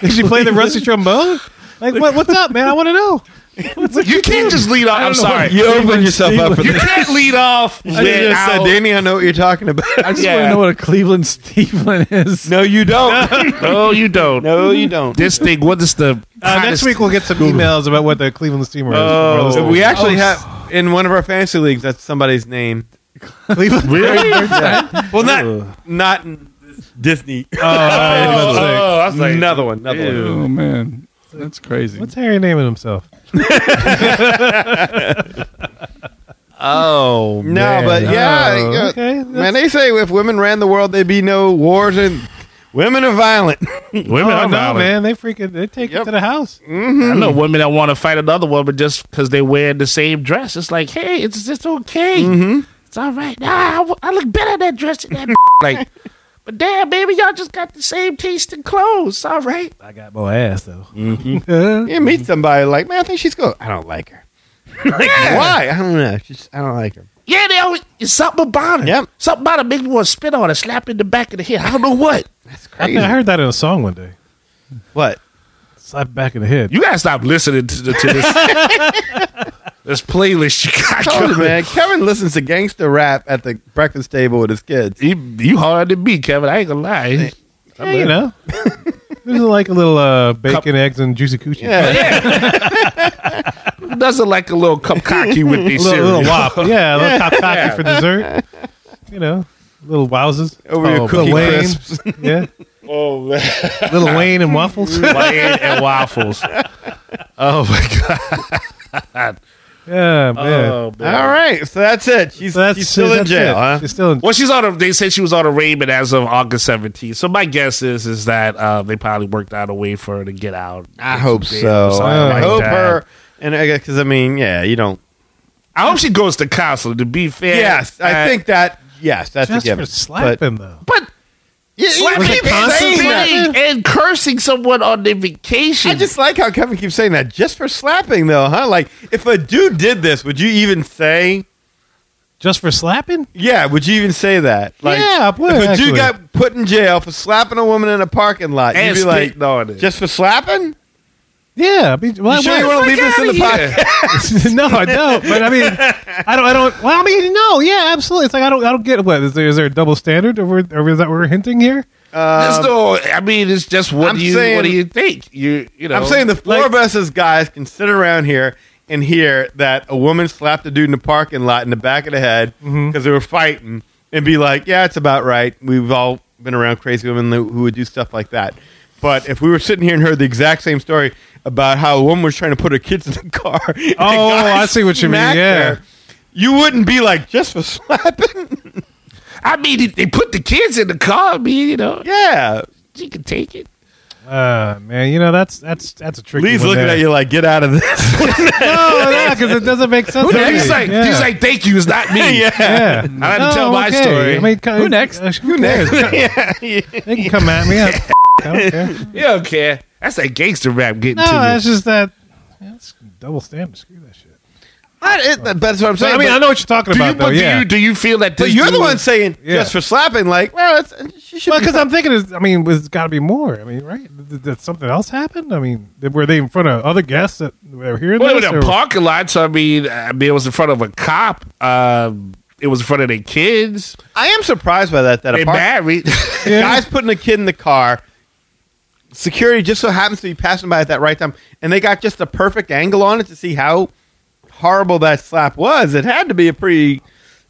[SPEAKER 2] Did she play the rusty trombone? Like what? What's up, man? I want to know.
[SPEAKER 5] [laughs] You can't just lead off. I'm sorry.
[SPEAKER 3] You opened yourself up for [laughs]
[SPEAKER 5] You
[SPEAKER 2] Uh,
[SPEAKER 3] that.
[SPEAKER 5] can't lead off.
[SPEAKER 3] I just said,
[SPEAKER 5] without-
[SPEAKER 3] Danny, I know what you're talking about.
[SPEAKER 8] I just want
[SPEAKER 5] Yeah.
[SPEAKER 8] to know [laughs] what a Cleveland Steveland is.
[SPEAKER 3] [laughs] no, you don't.
[SPEAKER 5] no, you don't.
[SPEAKER 3] [laughs] no, you don't.
[SPEAKER 5] This thing. What is the
[SPEAKER 2] Uh, next
[SPEAKER 5] hottest-
[SPEAKER 2] we'll get some emails about what the Cleveland steamer is.
[SPEAKER 3] So Oh, we actually have in one of our fantasy leagues. That's somebody's name.
[SPEAKER 2] Cleveland.
[SPEAKER 3] Well, not not in Disney.
[SPEAKER 5] Oh, I was like, [laughs]
[SPEAKER 3] another one. Another one.
[SPEAKER 8] Oh man, that's crazy.
[SPEAKER 2] What's Harry naming himself?
[SPEAKER 5] oh
[SPEAKER 3] No, but yeah, yeah.
[SPEAKER 2] okay,
[SPEAKER 3] man. They say if women ran the world, there'd be no wars and women are violent. [laughs]
[SPEAKER 5] women
[SPEAKER 2] Oh
[SPEAKER 5] are
[SPEAKER 2] no,
[SPEAKER 5] violent.
[SPEAKER 2] man! They freaking they take
[SPEAKER 3] Yep.
[SPEAKER 2] it to the house.
[SPEAKER 5] I know women that want to fight another woman just because they wear the same dress. It's like, hey, it's just okay. It's all right. Nah, I, w- I look better in that dress than that. [laughs] like, but damn, baby, y'all just got the same taste in clothes. It's All right.
[SPEAKER 2] I got more ass though.
[SPEAKER 3] you meet somebody like, man, I think she's cool. I don't like her. [laughs] Like, Why? I don't know. She's, I don't like her.
[SPEAKER 5] Yeah, they always, it's something about it.
[SPEAKER 3] Yep.
[SPEAKER 5] Something about it makes me want to spit on her, slap in the back of the head. I don't know what.
[SPEAKER 3] That's
[SPEAKER 2] I,
[SPEAKER 3] crazy.
[SPEAKER 2] think I heard that in a song one day.
[SPEAKER 3] What?
[SPEAKER 2] Slap back in the head.
[SPEAKER 5] You gotta stop listening to, the- to this [laughs] this playlist you got.
[SPEAKER 3] Told you,
[SPEAKER 5] going.
[SPEAKER 3] man. Kevin listens to gangster rap at the breakfast table with his kids.
[SPEAKER 5] You, you hard to beat, Kevin. I ain't gonna lie.
[SPEAKER 2] Yeah, you
[SPEAKER 3] [laughs]
[SPEAKER 2] know, this is like a little uh, bacon, eggs, and juicy coochie.
[SPEAKER 3] Yeah.
[SPEAKER 5] Who [laughs] doesn't like a little cup cocky with these
[SPEAKER 2] a little,
[SPEAKER 5] cereal?
[SPEAKER 2] little wop.
[SPEAKER 5] [laughs]
[SPEAKER 2] Yeah, a little top cocky for dessert. You know, little wowzers.
[SPEAKER 3] Over your cookie
[SPEAKER 2] Little Wayne.
[SPEAKER 3] crisps.
[SPEAKER 2] [laughs] Yeah. Oh, little Wayne and
[SPEAKER 3] [laughs]
[SPEAKER 2] waffles.
[SPEAKER 5] Wine and
[SPEAKER 2] [laughs]
[SPEAKER 5] waffles. Oh my god!
[SPEAKER 2] Yeah, man.
[SPEAKER 5] Oh, man.
[SPEAKER 3] All right, so that's it. She's,
[SPEAKER 2] so that's
[SPEAKER 3] she's still in
[SPEAKER 2] that's
[SPEAKER 3] jail.
[SPEAKER 2] it.
[SPEAKER 3] Huh?
[SPEAKER 2] She's still in.
[SPEAKER 5] Well, she's on. A, they said she was on arraignment as of August 17th. So my guess is is that uh, they probably worked out a way for her to get out.
[SPEAKER 3] I hope
[SPEAKER 5] Something
[SPEAKER 3] so. I
[SPEAKER 5] like
[SPEAKER 3] hope
[SPEAKER 5] that.
[SPEAKER 3] her. And I because I mean, yeah, you don't.
[SPEAKER 5] I hope she goes to counseling. To be fair,
[SPEAKER 3] Yes, I
[SPEAKER 5] Uh,
[SPEAKER 3] think that. Yes, that's
[SPEAKER 2] Just
[SPEAKER 3] a given.
[SPEAKER 2] for slapping, though.
[SPEAKER 5] But
[SPEAKER 3] But, yeah,
[SPEAKER 5] slapping
[SPEAKER 3] you keep
[SPEAKER 5] and
[SPEAKER 3] saying that.
[SPEAKER 5] spitting and cursing someone on their vacation.
[SPEAKER 3] I just like how Kevin keeps saying that just for slapping, though, huh? Like, if a dude did this, would you even say?
[SPEAKER 2] Just for slapping?
[SPEAKER 3] Yeah, would you even say that? Like,
[SPEAKER 2] yeah, I would,
[SPEAKER 3] if a
[SPEAKER 2] actually.
[SPEAKER 3] dude got put in jail for slapping a woman in a parking lot,
[SPEAKER 5] and
[SPEAKER 3] you'd be like,
[SPEAKER 5] spitting on it.
[SPEAKER 3] just for slapping?
[SPEAKER 2] yeah, I mean, well,
[SPEAKER 3] You
[SPEAKER 2] I
[SPEAKER 3] sure you
[SPEAKER 2] would.
[SPEAKER 3] want to leave this in the
[SPEAKER 5] outta
[SPEAKER 2] [laughs]
[SPEAKER 3] podcast?
[SPEAKER 2] no, I don't. But I mean, I don't. I don't. Well, I mean, no. Yeah, absolutely. It's like I don't. I don't get what is there. Is there a double standard? Or, we're- or is that what we're hinting here?
[SPEAKER 5] There's no, I mean, it's just what
[SPEAKER 3] Um, I'm
[SPEAKER 5] do you
[SPEAKER 3] saying-
[SPEAKER 5] what do you think? You you know,
[SPEAKER 3] I'm saying the four
[SPEAKER 2] like-
[SPEAKER 3] of us as guys can sit around here and hear that a woman slapped a dude in the parking lot in the back of the head because
[SPEAKER 2] Mm-hmm.
[SPEAKER 3] they were fighting and be like, yeah, it's about right. We've all been around crazy women who who would do stuff like that. But if we were sitting here and heard the exact same story about how a woman was trying to put her kids in the car, [laughs] and a
[SPEAKER 2] Oh,
[SPEAKER 3] guy
[SPEAKER 2] I see what you mean,
[SPEAKER 3] smacked
[SPEAKER 2] yeah.
[SPEAKER 3] her, you wouldn't be like just for slapping. [laughs]
[SPEAKER 5] I mean, they- they put the kids in the car. I mean, you know,
[SPEAKER 3] yeah,
[SPEAKER 5] she can take it.
[SPEAKER 2] Uh, man, you know that's that's that's a tricky.
[SPEAKER 3] Lee's
[SPEAKER 2] one
[SPEAKER 3] looking
[SPEAKER 2] there.
[SPEAKER 3] at you like, get out of
[SPEAKER 2] [laughs]
[SPEAKER 3] this. [laughs]
[SPEAKER 2] No,
[SPEAKER 5] [laughs]
[SPEAKER 2] no, because it doesn't make sense. to me.
[SPEAKER 5] He's like,
[SPEAKER 2] yeah.
[SPEAKER 5] he's like, thank you, it's not
[SPEAKER 2] [laughs]
[SPEAKER 5] me.
[SPEAKER 2] yeah.
[SPEAKER 5] I had to tell my story.
[SPEAKER 2] I mean, who next? who next? [laughs] They can come at me. I, I don't
[SPEAKER 5] [laughs]
[SPEAKER 2] care.
[SPEAKER 5] You don't care. That's that gangster rap getting
[SPEAKER 2] No,
[SPEAKER 5] to you.
[SPEAKER 2] that's just that. That's double standard. Screw that shit.
[SPEAKER 3] I, it, that's what I'm saying.
[SPEAKER 2] I mean,
[SPEAKER 3] but-
[SPEAKER 2] I know what you're talking
[SPEAKER 5] do you,
[SPEAKER 2] about, though.
[SPEAKER 5] but do
[SPEAKER 2] yeah.
[SPEAKER 5] you do you feel that?
[SPEAKER 3] But
[SPEAKER 5] this
[SPEAKER 3] you're the
[SPEAKER 5] dude-
[SPEAKER 3] one saying
[SPEAKER 2] Yeah.
[SPEAKER 3] just for slapping, like, well, it's, she should.
[SPEAKER 2] Well,
[SPEAKER 3] be-
[SPEAKER 2] because I'm thinking, is I mean, there's got to be more. I mean, right? Did, did something else happen? I mean, did, were they in front of other guests that were hearing
[SPEAKER 5] Well,
[SPEAKER 2] this?
[SPEAKER 5] it was
[SPEAKER 2] or-
[SPEAKER 5] a parking lot. So I mean, I mean, it was in front of a cop. Um, it was in front of their kids.
[SPEAKER 3] I am surprised by that. That
[SPEAKER 5] They
[SPEAKER 3] a park-
[SPEAKER 5] married.
[SPEAKER 2] [laughs] Yeah.
[SPEAKER 3] guy's putting a kid in the car. Security just so happens to be passing by at that right time, and they got just the perfect angle on it to see how horrible that slap was. It had to be a pretty.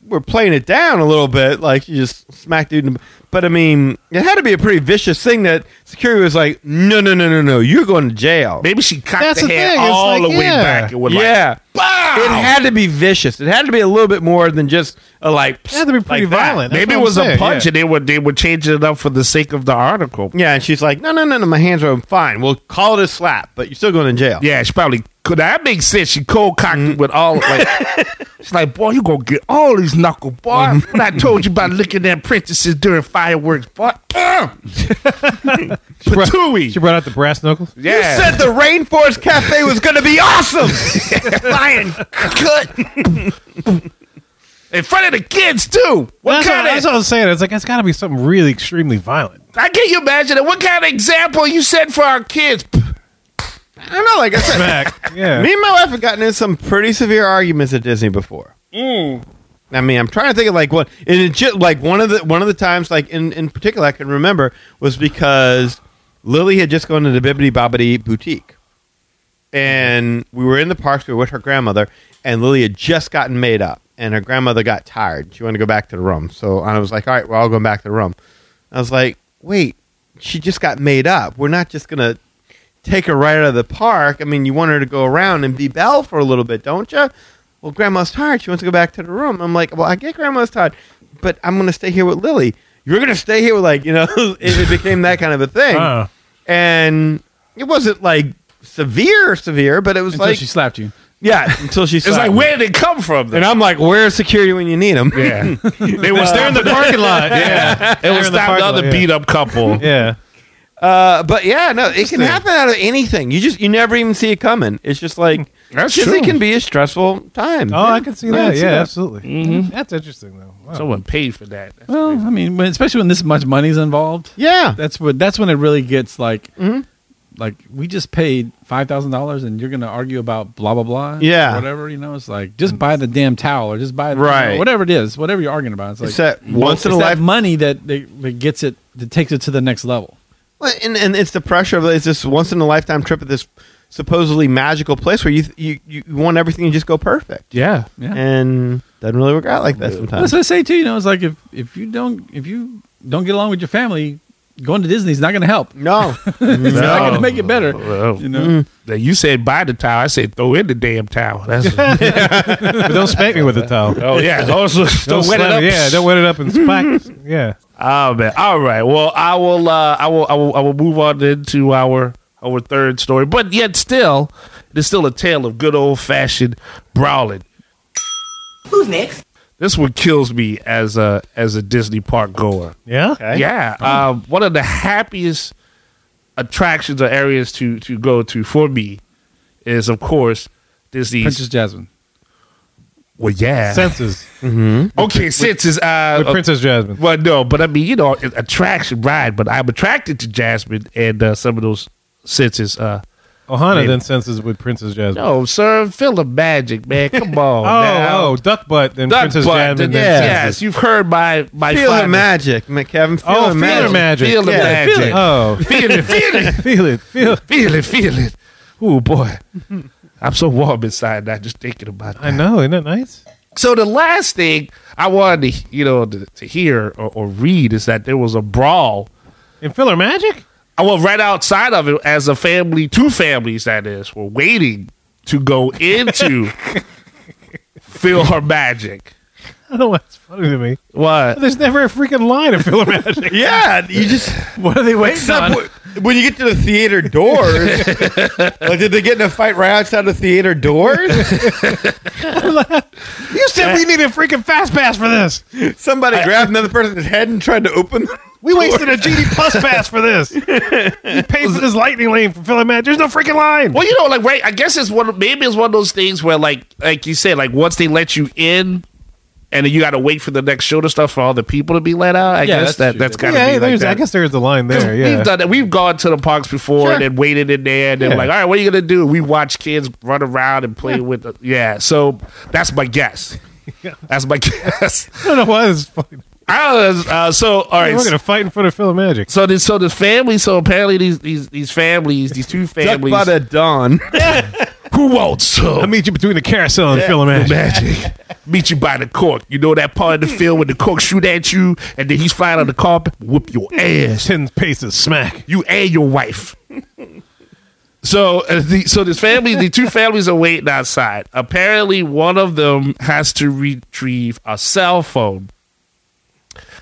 [SPEAKER 3] We're playing it down a little bit, like you just smacked dude. in the- But I mean, it had to be a pretty vicious thing that security was like, "No, no, no, no, no, you're going to jail."
[SPEAKER 5] [laughs] Maybe she cocked
[SPEAKER 2] That's
[SPEAKER 5] her
[SPEAKER 2] the
[SPEAKER 5] head
[SPEAKER 2] thing, it's
[SPEAKER 5] all
[SPEAKER 2] like,
[SPEAKER 5] the way
[SPEAKER 2] yeah.
[SPEAKER 5] back and was like,
[SPEAKER 3] yeah,
[SPEAKER 5] "Bow!"
[SPEAKER 3] It had to be vicious. It had to be a little bit more than just a like.
[SPEAKER 2] It had to be pretty
[SPEAKER 3] like that.
[SPEAKER 2] violent. That's
[SPEAKER 5] Maybe it
[SPEAKER 2] what I'm
[SPEAKER 5] was a
[SPEAKER 2] saying,
[SPEAKER 5] punch,
[SPEAKER 2] yeah.
[SPEAKER 5] and they were they were changing it up for the sake of the article.
[SPEAKER 3] Yeah, and she's like, no, no, no, no, my hands are fine. We'll call it a slap, but you're still going to jail.
[SPEAKER 5] Yeah, she probably could. That makes sense. She cold cocked
[SPEAKER 2] Mm.
[SPEAKER 5] it with all.
[SPEAKER 2] [laughs]
[SPEAKER 5] Like, she's like, boy, you gonna get all these knuckle, boy.
[SPEAKER 2] Mm-hmm.
[SPEAKER 5] When I told you about looking at princesses during fireworks, boy.
[SPEAKER 2] [laughs]
[SPEAKER 5] Patooey.
[SPEAKER 2] She brought out the brass knuckles.
[SPEAKER 5] yeah.
[SPEAKER 3] You said the Rainforest Cafe was going to be awesome.
[SPEAKER 2] [laughs]
[SPEAKER 5] lion cut in front of the kids too. What
[SPEAKER 2] that's, what,
[SPEAKER 5] kind
[SPEAKER 2] that's
[SPEAKER 5] of?
[SPEAKER 2] what I was saying. It's like it's got to be something really extremely violent.
[SPEAKER 5] I can't you imagine it. What kind of example you set for our kids?
[SPEAKER 3] I don't know. Like I said,
[SPEAKER 2] Smack. [laughs] Yeah.
[SPEAKER 3] me and my wife have gotten in some pretty severe arguments at Disney before. I mean, I'm trying to think of like what, and it just, like one of the one of the times, like in in particular, I can remember was because Lily had just gone to the Bibbidi Bobbidi boutique, and we were in the parks. We were with her grandmother, and Lily had just gotten made up, and her grandmother got tired. She wanted to go back to the room, so I was like, "All right, we're all going back to the room." I was like, "Wait, she just got made up. We're not just gonna take her right out of the park. I mean, you want her to go around and be Belle for a little bit, don't you? Well, Grandma's tired. She wants to go back to the room. I'm like, well, I get Grandma's tired, but I'm going to stay here with Lily. You're going to stay here with, like, you know, [laughs] it, it became that kind of a thing.
[SPEAKER 2] Uh,
[SPEAKER 3] And it wasn't like severe, severe, but it was
[SPEAKER 8] Until
[SPEAKER 3] like,
[SPEAKER 8] she slapped you.
[SPEAKER 3] yeah, until she
[SPEAKER 5] [laughs] It's like
[SPEAKER 3] slapped me.
[SPEAKER 5] where did it come from?
[SPEAKER 3] And I'm like, where's security when you need them?
[SPEAKER 2] [laughs]
[SPEAKER 5] yeah, they were
[SPEAKER 2] they're in the parking
[SPEAKER 5] [laughs]
[SPEAKER 2] lot. [laughs] Yeah.
[SPEAKER 5] It was
[SPEAKER 2] in the
[SPEAKER 5] stopped
[SPEAKER 2] parking
[SPEAKER 5] another
[SPEAKER 2] lot, yeah.
[SPEAKER 5] beat up couple.
[SPEAKER 2] Yeah.
[SPEAKER 3] Uh, but yeah, no, it can happen out of anything. You just, you never even see it coming. It's just like,
[SPEAKER 5] That's
[SPEAKER 3] Disney
[SPEAKER 5] true.
[SPEAKER 3] can be a stressful time.
[SPEAKER 2] Oh, I can see that.
[SPEAKER 3] can see
[SPEAKER 2] yeah,
[SPEAKER 3] that.
[SPEAKER 2] absolutely. That's interesting, though. Wow.
[SPEAKER 5] Someone paid for that.
[SPEAKER 8] Well, I mean, when, especially when this much money's involved,
[SPEAKER 3] Yeah. Mm-hmm.
[SPEAKER 8] that's what that's when it really gets like like we just paid five thousand dollars and you're gonna argue about blah blah blah or
[SPEAKER 3] Yeah.
[SPEAKER 8] whatever you know it's like just buy the damn towel or just buy the,
[SPEAKER 3] Right.
[SPEAKER 8] whatever it is whatever you're arguing about it's like
[SPEAKER 3] It's that once in a
[SPEAKER 8] it's that
[SPEAKER 3] life-
[SPEAKER 8] money that, they, that gets it that takes it to the next level
[SPEAKER 3] Well, and, and it's the pressure of it's this once in a lifetime trip at this supposedly magical place where you you you want everything to just go perfect,
[SPEAKER 5] Yeah.
[SPEAKER 8] yeah
[SPEAKER 3] and doesn't really work out like that
[SPEAKER 8] that's
[SPEAKER 3] sometimes.
[SPEAKER 8] what I say too you know it's like if if you don't if you don't get along with your family going to Disney's not gonna help
[SPEAKER 3] No,
[SPEAKER 8] it's not gonna make it better
[SPEAKER 5] Well,
[SPEAKER 8] you know
[SPEAKER 3] Hmm.
[SPEAKER 5] now you said buy the towel. I said throw in the damn towel. That's
[SPEAKER 2] But don't spank me with a towel.
[SPEAKER 5] oh yeah. Also,
[SPEAKER 2] Don't
[SPEAKER 5] don't wet it
[SPEAKER 2] slam
[SPEAKER 5] up.
[SPEAKER 2] Yeah, don't wet it up and smack. yeah.
[SPEAKER 5] Oh man. All right. Well, I will. Uh, I will. I will. I will move on into our our third story. But yet still, it is still a tale of good old fashioned brawling.
[SPEAKER 7] Who's next?
[SPEAKER 5] This one kills me as a as a Disney park goer.
[SPEAKER 2] Yeah.
[SPEAKER 5] Yeah, um, one of the happiest attractions or areas to to go to for me is, of course, Disney's.
[SPEAKER 8] Princess Jasmine
[SPEAKER 5] well, yeah.
[SPEAKER 2] Senses
[SPEAKER 5] okay, since is uh,
[SPEAKER 2] with Princess Jasmine.
[SPEAKER 5] well, no, but I mean, you know, it- attraction ride. But I'm attracted to Jasmine and uh, some of those senses. Uh,
[SPEAKER 2] Ohana then senses with Princess Jasmine.
[SPEAKER 5] no, sir, feel the magic, man. [laughs] Come
[SPEAKER 2] Oh,
[SPEAKER 5] on. now.
[SPEAKER 2] oh, duck butt then
[SPEAKER 5] Duck
[SPEAKER 2] Princess
[SPEAKER 5] butt,
[SPEAKER 2] Jasmine.
[SPEAKER 5] yes,
[SPEAKER 2] then senses.
[SPEAKER 5] yes, you've heard my my
[SPEAKER 3] feel the
[SPEAKER 5] finest-
[SPEAKER 3] magic, Ma- Kevin. Feel
[SPEAKER 2] Oh,
[SPEAKER 3] the
[SPEAKER 2] feel the
[SPEAKER 3] magic.
[SPEAKER 2] magic.
[SPEAKER 5] Feel the
[SPEAKER 3] Yeah,
[SPEAKER 5] magic.
[SPEAKER 3] feel it.
[SPEAKER 2] Oh,
[SPEAKER 5] [laughs] Feel it. Feel it.
[SPEAKER 2] feel it, feel. It.
[SPEAKER 5] Feel it, feel it. Oh [laughs] boy. I'm so warm inside now just thinking about that.
[SPEAKER 2] I know, isn't that nice?
[SPEAKER 5] So the last thing I wanted to you know to, to hear or, or read is that there was a brawl.
[SPEAKER 2] And filler magic.
[SPEAKER 5] I was right outside of it as a family, two families that is, were waiting to go into
[SPEAKER 2] [laughs]
[SPEAKER 5] Feel Her Magic.
[SPEAKER 2] I don't know what's funny to me.
[SPEAKER 5] What?
[SPEAKER 2] There's never a freaking line of filler magic.
[SPEAKER 3] Yeah, you just
[SPEAKER 8] what are they waiting
[SPEAKER 3] except wh- when you get to the theater doors. like, did they get in a fight right outside the theater doors?
[SPEAKER 2] you said we need a freaking fast pass for this.
[SPEAKER 3] Somebody grabbed another person's head and tried to open. the
[SPEAKER 2] We wasted a GD plus pass for [laughs] this. You paid for this lightning lane for filler magic. There's no freaking line.
[SPEAKER 5] Well, you know, like right. I guess it's one. of- Maybe it's one of those things where, like, like you said, like once they let you in, and then you got to wait for the next show to start for all the people to be let out. I
[SPEAKER 8] Yeah,
[SPEAKER 5] guess
[SPEAKER 8] that's
[SPEAKER 5] that
[SPEAKER 8] true.
[SPEAKER 5] that's got to
[SPEAKER 2] Yeah,
[SPEAKER 5] be like
[SPEAKER 2] there's.
[SPEAKER 5] that.
[SPEAKER 2] I guess there's a line
[SPEAKER 5] 'Cause
[SPEAKER 2] there. Yeah.
[SPEAKER 5] We've done that. We've gone to the parks before and then waited in there and then
[SPEAKER 2] Yeah.
[SPEAKER 5] like, all right, what are you gonna do? We watch kids run around and play with. The, yeah, so that's my guess. That's my guess.
[SPEAKER 2] I don't know why this is funny.
[SPEAKER 5] I was, uh, so all right,
[SPEAKER 2] We're gonna fight in front of filler magic.
[SPEAKER 5] So this, so this family, so apparently these these these families, these two
[SPEAKER 3] Duck
[SPEAKER 5] families,
[SPEAKER 3] butt at dawn.
[SPEAKER 5] who won't? So
[SPEAKER 2] I'll meet you between the carousel and filler magic.
[SPEAKER 5] magic. Meet you by the cork. You know that part of the field when the cork shoot at you and then he's flying on the carpet, whoop your ass.
[SPEAKER 2] Ten paces smack.
[SPEAKER 5] You and your wife. [laughs] So, uh, the, so this family, the two families are waiting outside. Apparently, one of them has to retrieve a cell phone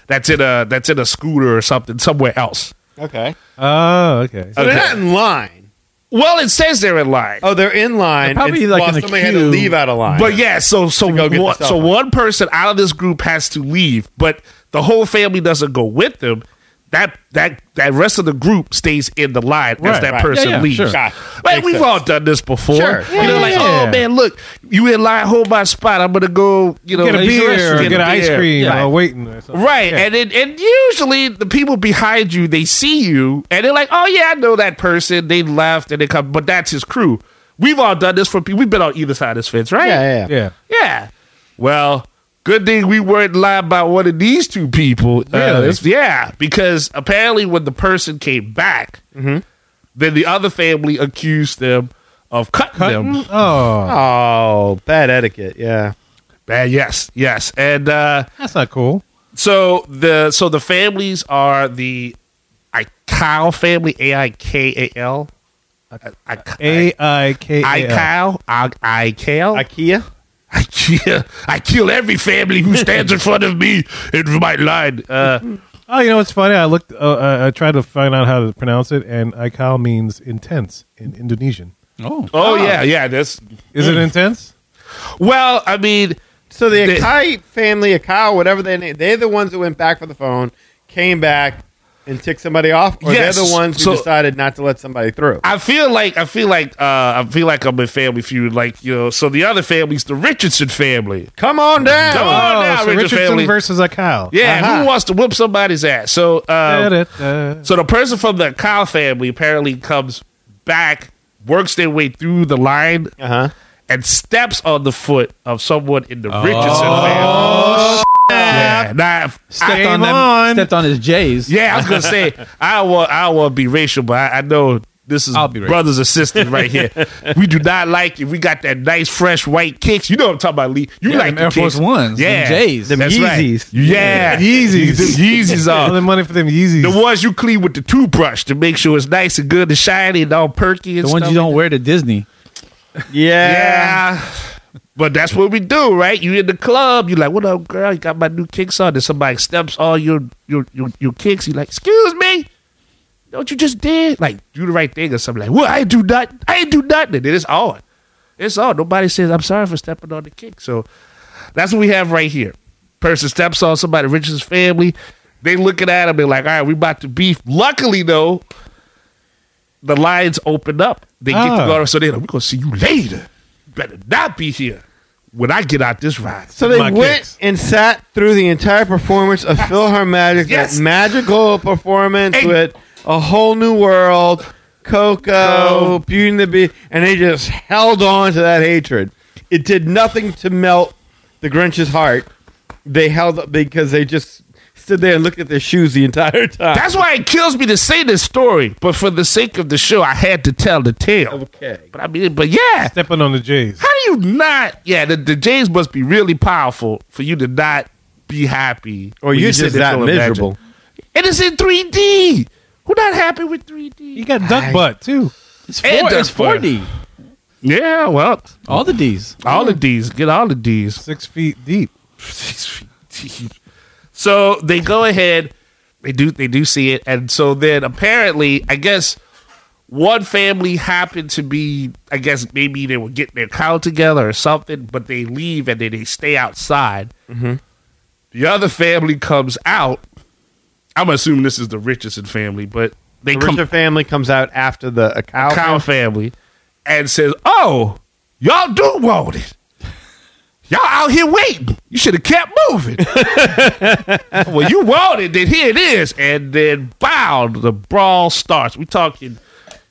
[SPEAKER 5] that's in a that's in a scooter or something somewhere else.
[SPEAKER 3] Okay,
[SPEAKER 2] Oh, okay.
[SPEAKER 3] so they're not in line.
[SPEAKER 5] Well, it says they're in line.
[SPEAKER 3] Oh, they're in line.
[SPEAKER 8] They're probably,
[SPEAKER 3] It's-
[SPEAKER 8] like,
[SPEAKER 3] well,
[SPEAKER 8] in the
[SPEAKER 3] somebody had to
[SPEAKER 8] queue.
[SPEAKER 3] leave out of line.
[SPEAKER 5] But yeah, so so
[SPEAKER 3] go get
[SPEAKER 5] one,
[SPEAKER 3] the cell
[SPEAKER 5] so
[SPEAKER 3] phone.
[SPEAKER 5] one person out of this group has to leave, but the whole family doesn't go with them. That that that rest of the group stays in the line as
[SPEAKER 2] Right,
[SPEAKER 5] that
[SPEAKER 2] right.
[SPEAKER 5] person
[SPEAKER 8] Yeah, yeah,
[SPEAKER 5] leaves.
[SPEAKER 8] sure.
[SPEAKER 5] Like we've all done this before.
[SPEAKER 3] Sure.
[SPEAKER 5] You know, like
[SPEAKER 2] Yeah.
[SPEAKER 5] oh man, look, you in line, hold my spot. I'm gonna go, you know,
[SPEAKER 2] Get a
[SPEAKER 5] use the
[SPEAKER 2] beer
[SPEAKER 5] restroom,
[SPEAKER 2] or get
[SPEAKER 5] a
[SPEAKER 2] an ice
[SPEAKER 5] beer.
[SPEAKER 2] cream
[SPEAKER 5] Yeah.
[SPEAKER 2] while waiting or something.
[SPEAKER 5] Right, and it, and usually the people behind you they see you and they're like, oh yeah, I know that person. They left and they come, but that's his crew. We've all done this for people. We've been on either side of this fence, right?
[SPEAKER 3] yeah, yeah.
[SPEAKER 2] Yeah.
[SPEAKER 5] Yeah. Well, good thing we weren't lying about one of these two people. Uh,
[SPEAKER 2] Really?
[SPEAKER 5] yeah, because apparently when the person came back, then the other family accused them of cutting, them.
[SPEAKER 2] Oh,
[SPEAKER 3] Oh, bad etiquette. Yeah.
[SPEAKER 5] Uh, yes, yes, and uh,
[SPEAKER 2] that's not cool.
[SPEAKER 5] so the so the families are the I Kyle family, A I K A L. I- I
[SPEAKER 2] A I K
[SPEAKER 5] I
[SPEAKER 2] A L.
[SPEAKER 5] Kyle, I I Kyle.
[SPEAKER 3] IKEA.
[SPEAKER 5] [laughs] I kill, I kill every family who stands in front of me in my line. Uh,
[SPEAKER 2] Oh, you know what's funny? I looked. Uh, uh, I tried to find out how to pronounce it, and Ikal means intense in Indonesian.
[SPEAKER 8] oh
[SPEAKER 5] oh yeah, yeah. That's
[SPEAKER 2] Is it intense?
[SPEAKER 5] well. I mean,
[SPEAKER 3] So the
[SPEAKER 5] They-
[SPEAKER 3] Akai family, Akai, whatever they name, they're the ones that went back for the phone, came back and ticked somebody off, or
[SPEAKER 5] Yes.
[SPEAKER 3] they're the ones who
[SPEAKER 5] So-
[SPEAKER 3] decided not to let somebody through.
[SPEAKER 5] I feel like I feel like uh, I feel like I'm in Family Feud. Like you know, so the other family's the Richardson family.
[SPEAKER 3] Come on down.
[SPEAKER 5] Come on
[SPEAKER 2] oh,
[SPEAKER 5] now,
[SPEAKER 2] so
[SPEAKER 5] Richard
[SPEAKER 2] Richardson
[SPEAKER 5] family.
[SPEAKER 2] versus Ikal.
[SPEAKER 5] Yeah,
[SPEAKER 3] Uh-huh.
[SPEAKER 5] who wants to whoop somebody's ass? So, uh,
[SPEAKER 2] Da-da-da.
[SPEAKER 5] so the person from the Kyle family apparently comes back, works their way through the line,
[SPEAKER 3] Uh huh.
[SPEAKER 5] and steps on the foot of someone in the Richardson family. Yeah, now, if-
[SPEAKER 8] Stepped on, them,
[SPEAKER 2] on.
[SPEAKER 8] stepped on his J's.
[SPEAKER 5] yeah, I was gonna say I don't want I don't want to be racial, but I, I know this is
[SPEAKER 8] I'll be racial.
[SPEAKER 5] brothers and sisters right
[SPEAKER 8] [laughs]
[SPEAKER 5] here. we do not like it. We got that nice fresh white kicks. You know what I'm talking about, Lee. You
[SPEAKER 8] Yeah,
[SPEAKER 5] like
[SPEAKER 8] them
[SPEAKER 5] the
[SPEAKER 8] Air Force
[SPEAKER 5] kicks.
[SPEAKER 8] Ones, them
[SPEAKER 5] yeah,
[SPEAKER 8] J's. Them
[SPEAKER 5] That's right.
[SPEAKER 3] Yeezys.
[SPEAKER 5] Yeah, Yeezys, Yeezys
[SPEAKER 2] All
[SPEAKER 8] [laughs]
[SPEAKER 2] the
[SPEAKER 5] are.
[SPEAKER 2] money for them Yeezys.
[SPEAKER 5] The ones you clean with the toothbrush to make sure it's nice and good and shiny and all perky and
[SPEAKER 8] The ones
[SPEAKER 5] stuff
[SPEAKER 8] you
[SPEAKER 5] like
[SPEAKER 8] don't wear to Disney.
[SPEAKER 3] Yeah.
[SPEAKER 5] yeah. But that's what we do, right? You in the club, you like, what up, girl? You got my new kicks on. And somebody steps on your your your, your kicks. You like, excuse me, don't you just did like do the right thing or something? Like, well, I ain't do nothing. I ain't do nothing. And it's on. It's on. Nobody says I'm sorry for stepping on the kick. So that's what we have right here. Person steps on somebody, Richard's family. They looking at him and like, all right, we about to beef. Luckily though, the lines open up. They get to
[SPEAKER 2] Ah.
[SPEAKER 5] go, so they're like, we're gonna see you later. You better not be here when I get out this ride.
[SPEAKER 3] So they
[SPEAKER 2] My
[SPEAKER 3] went
[SPEAKER 2] kicks.
[SPEAKER 3] and sat through the entire performance of PhilharMagic,
[SPEAKER 5] Yes.
[SPEAKER 3] that magical performance
[SPEAKER 5] Hey.
[SPEAKER 3] with a whole new world, Coco,
[SPEAKER 5] Coke.
[SPEAKER 3] Beauty and the Beast, and they just held on to that hatred. It did nothing to melt the Grinch's heart. They held up because they just stood there and looked at their shoes the entire time.
[SPEAKER 5] That's why it kills me to say this story, but for the sake of the show, I had to tell the tale.
[SPEAKER 3] okay.
[SPEAKER 5] But I mean, but yeah,
[SPEAKER 2] stepping on the J's.
[SPEAKER 5] how do you not? Yeah, the, the Jays must be really powerful for you to not be happy,
[SPEAKER 3] Or
[SPEAKER 5] when
[SPEAKER 3] you're
[SPEAKER 5] sit
[SPEAKER 3] just
[SPEAKER 5] there
[SPEAKER 3] that
[SPEAKER 5] feeling magic.
[SPEAKER 3] miserable.
[SPEAKER 5] And it's in 3D. Who not happy with 3D?
[SPEAKER 2] You got duck butt too.
[SPEAKER 8] It's, four,
[SPEAKER 5] And they're
[SPEAKER 8] it's 4D.
[SPEAKER 5] Yeah, well,
[SPEAKER 8] All the D's.
[SPEAKER 5] all of these. Get all of these.
[SPEAKER 2] Six feet deep.
[SPEAKER 5] So they go ahead. They do. They do see it, and so then apparently, I guess one family happened to be. I guess maybe they were getting their cow together or something, but they leave and then they stay outside.
[SPEAKER 3] Mm-hmm.
[SPEAKER 5] The other family comes out. I'm assuming this is the Richardson family, but they
[SPEAKER 3] The
[SPEAKER 5] come
[SPEAKER 3] Richard family comes out after the a cow.
[SPEAKER 5] cow family and says, "Oh, y'all do want it." Y'all out here waiting. You should have kept moving. [laughs] well, you wanted it. Here it is. And then, bow, the brawl starts. We talking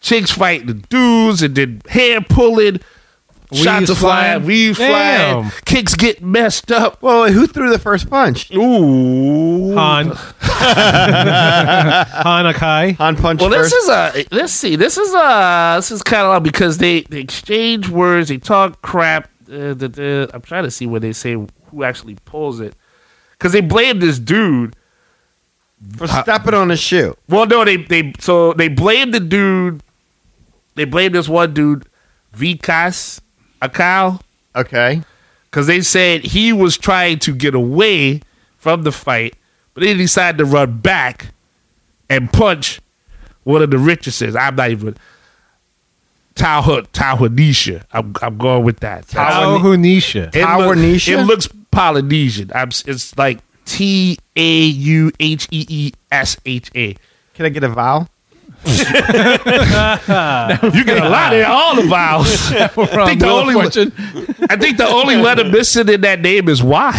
[SPEAKER 5] chicks fighting the dudes and then hand pulling, shots are flying,
[SPEAKER 2] flying?
[SPEAKER 5] weaves flying,
[SPEAKER 2] Damn.
[SPEAKER 5] kicks get messed up.
[SPEAKER 3] Well, who threw the first punch?
[SPEAKER 5] Ooh.
[SPEAKER 2] Han. Hanakai.
[SPEAKER 3] Han punched
[SPEAKER 5] Well,
[SPEAKER 3] first.
[SPEAKER 5] this is a let's see. This is a this is kind of because they they exchange words, they talk crap. Uh, the, the, I'm trying to see where they say who actually pulls it because they blame this dude.
[SPEAKER 3] for stepping on his shoe.
[SPEAKER 5] Well, no, they they so they blame the dude. They blame this one dude, Vikas Akal,
[SPEAKER 3] Okay.
[SPEAKER 5] because they said he was trying to get away from the fight, but then he decided to run back and punch one of the Richardsons. I'm not even Tahu Tahuanisha. I'm I'm going with that.
[SPEAKER 2] Tao Hunisha.
[SPEAKER 5] It look-
[SPEAKER 3] Tahuanisha?
[SPEAKER 5] It looks Polynesian. I'm, s- it's like T A U H E E S H A.
[SPEAKER 3] Can I get a vowel?
[SPEAKER 5] You get a lot of all the vowels. I think the only I think the only letter missing in that name is Y.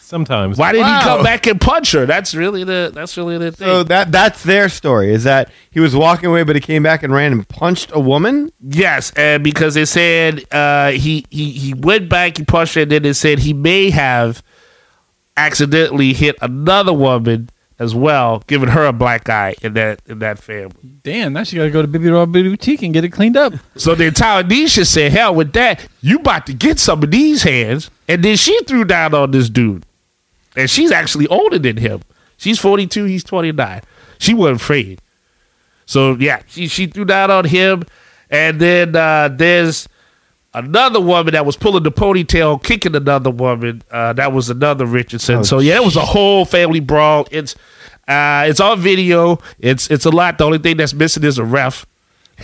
[SPEAKER 2] Sometimes.
[SPEAKER 5] Why did
[SPEAKER 3] Wow.
[SPEAKER 5] he come back and punch her? That's really the that's really the thing.
[SPEAKER 3] So that that's their story. Is that he was walking away, but he came back and ran and punched a woman?
[SPEAKER 5] yes, and because they said uh, he he he went back, he punched her, and then they said he may have accidentally hit another woman as well, giving her a black eye in that in that family.
[SPEAKER 8] Damn, now she got to go to Bibi Raw Boutique and get it cleaned up.
[SPEAKER 5] So then Tawanisha said, "Hell with that! You about to get some of these hands." And then she threw down on this dude, and she's actually older than him. She's forty two. He's twenty nine. She wasn't afraid. So yeah, she she threw down on him, and then uh, there's another woman that was pulling the ponytail, kicking another woman. Uh, that was another Richardson. so yeah, it was a whole family brawl. It's uh, it's on video. It's it's a lot. The only thing that's missing is a ref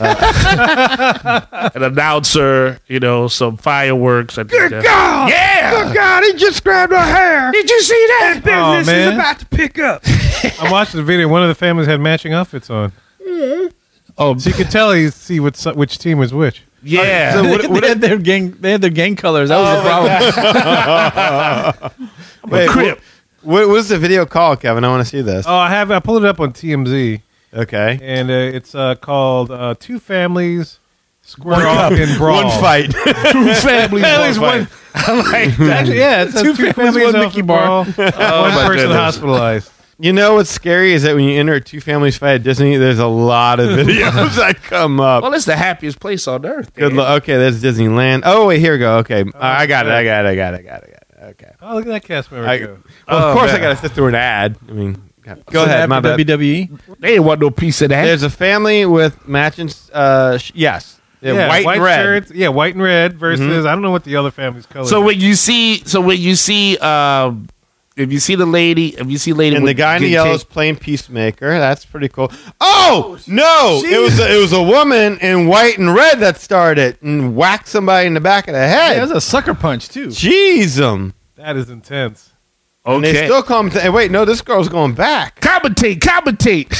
[SPEAKER 5] uh, [laughs] an announcer, you know, some fireworks. I think that-
[SPEAKER 3] God!
[SPEAKER 5] Yeah!
[SPEAKER 3] Oh, God! He just grabbed her hair.
[SPEAKER 5] Did you see that?
[SPEAKER 2] Oh, man.
[SPEAKER 3] to pick up.
[SPEAKER 2] I watched the video. One of the families had matching outfits on.
[SPEAKER 5] Oh,
[SPEAKER 2] So you could tell he see what si- which team was which.
[SPEAKER 5] [laughs] yeah.
[SPEAKER 3] So what, what
[SPEAKER 8] they, had their gang, they had their gang colors. That was
[SPEAKER 3] Oh,
[SPEAKER 8] the problem.
[SPEAKER 3] [laughs] wait,
[SPEAKER 5] Crip.
[SPEAKER 3] [laughs] what, what was the video called, Kevin? I want to see this.
[SPEAKER 2] Oh, I have I pulled it up on TMZ.
[SPEAKER 3] Okay.
[SPEAKER 2] and uh, it's uh, called uh, Two Families Square
[SPEAKER 3] One
[SPEAKER 2] Off
[SPEAKER 3] cup,
[SPEAKER 2] in Brawl.
[SPEAKER 3] One fight.
[SPEAKER 5] Family
[SPEAKER 3] Families, Oh. one-
[SPEAKER 5] I [laughs] like
[SPEAKER 3] [laughs]
[SPEAKER 5] that.
[SPEAKER 2] Actually, yeah, it's two, two families,
[SPEAKER 5] one
[SPEAKER 2] off
[SPEAKER 5] Mickey
[SPEAKER 2] in [laughs]
[SPEAKER 5] bar.
[SPEAKER 2] Brawl, one
[SPEAKER 3] Oh, my
[SPEAKER 2] person
[SPEAKER 3] goodness.
[SPEAKER 2] hospitalized.
[SPEAKER 3] You know what's scary is that when you enter a two families fight at Disney, there's a lot of videos that come up.
[SPEAKER 5] Well, it's the happiest place on earth.
[SPEAKER 3] uh, Good
[SPEAKER 5] man.
[SPEAKER 3] luck. Okay, that's Disneyland. Oh wait, here we go. Okay, I got it. I got it. I got it. I got it. I got it. Okay.
[SPEAKER 2] Oh, look at that cast member.
[SPEAKER 3] I, well,
[SPEAKER 2] go.
[SPEAKER 3] of
[SPEAKER 5] Oh,
[SPEAKER 3] course, I
[SPEAKER 5] man.
[SPEAKER 3] got to sit through an ad. I mean, go
[SPEAKER 8] Does it
[SPEAKER 3] ahead.
[SPEAKER 8] have
[SPEAKER 3] My
[SPEAKER 8] the
[SPEAKER 3] bad.
[SPEAKER 8] WWE.
[SPEAKER 5] They ain't want no piece of that.
[SPEAKER 3] There's a family with matching. Uh, sh- yes, They're
[SPEAKER 2] Yeah,
[SPEAKER 3] white, and red. Mm-hmm.
[SPEAKER 2] shirts. Yeah, white and red versus I don't know what the other family's color.
[SPEAKER 5] so
[SPEAKER 2] is.
[SPEAKER 5] when you see, so when you see, um, if you see the lady, if you see lady,
[SPEAKER 3] And
[SPEAKER 5] with-
[SPEAKER 3] the guy in the
[SPEAKER 5] getting
[SPEAKER 3] yellow is
[SPEAKER 5] kicked-
[SPEAKER 3] playing peacemaker. That's pretty cool. Oh no! It was a, it was a woman in white and red that started and whacked somebody in the back of the
[SPEAKER 8] Yeah,
[SPEAKER 3] head.
[SPEAKER 8] that's a sucker punch too.
[SPEAKER 3] Jeez, um.
[SPEAKER 2] that is intense.
[SPEAKER 3] And they
[SPEAKER 5] okay,
[SPEAKER 3] still come. To, wait, no, this girl's going
[SPEAKER 5] [laughs]
[SPEAKER 3] back.
[SPEAKER 5] commentate, commentate.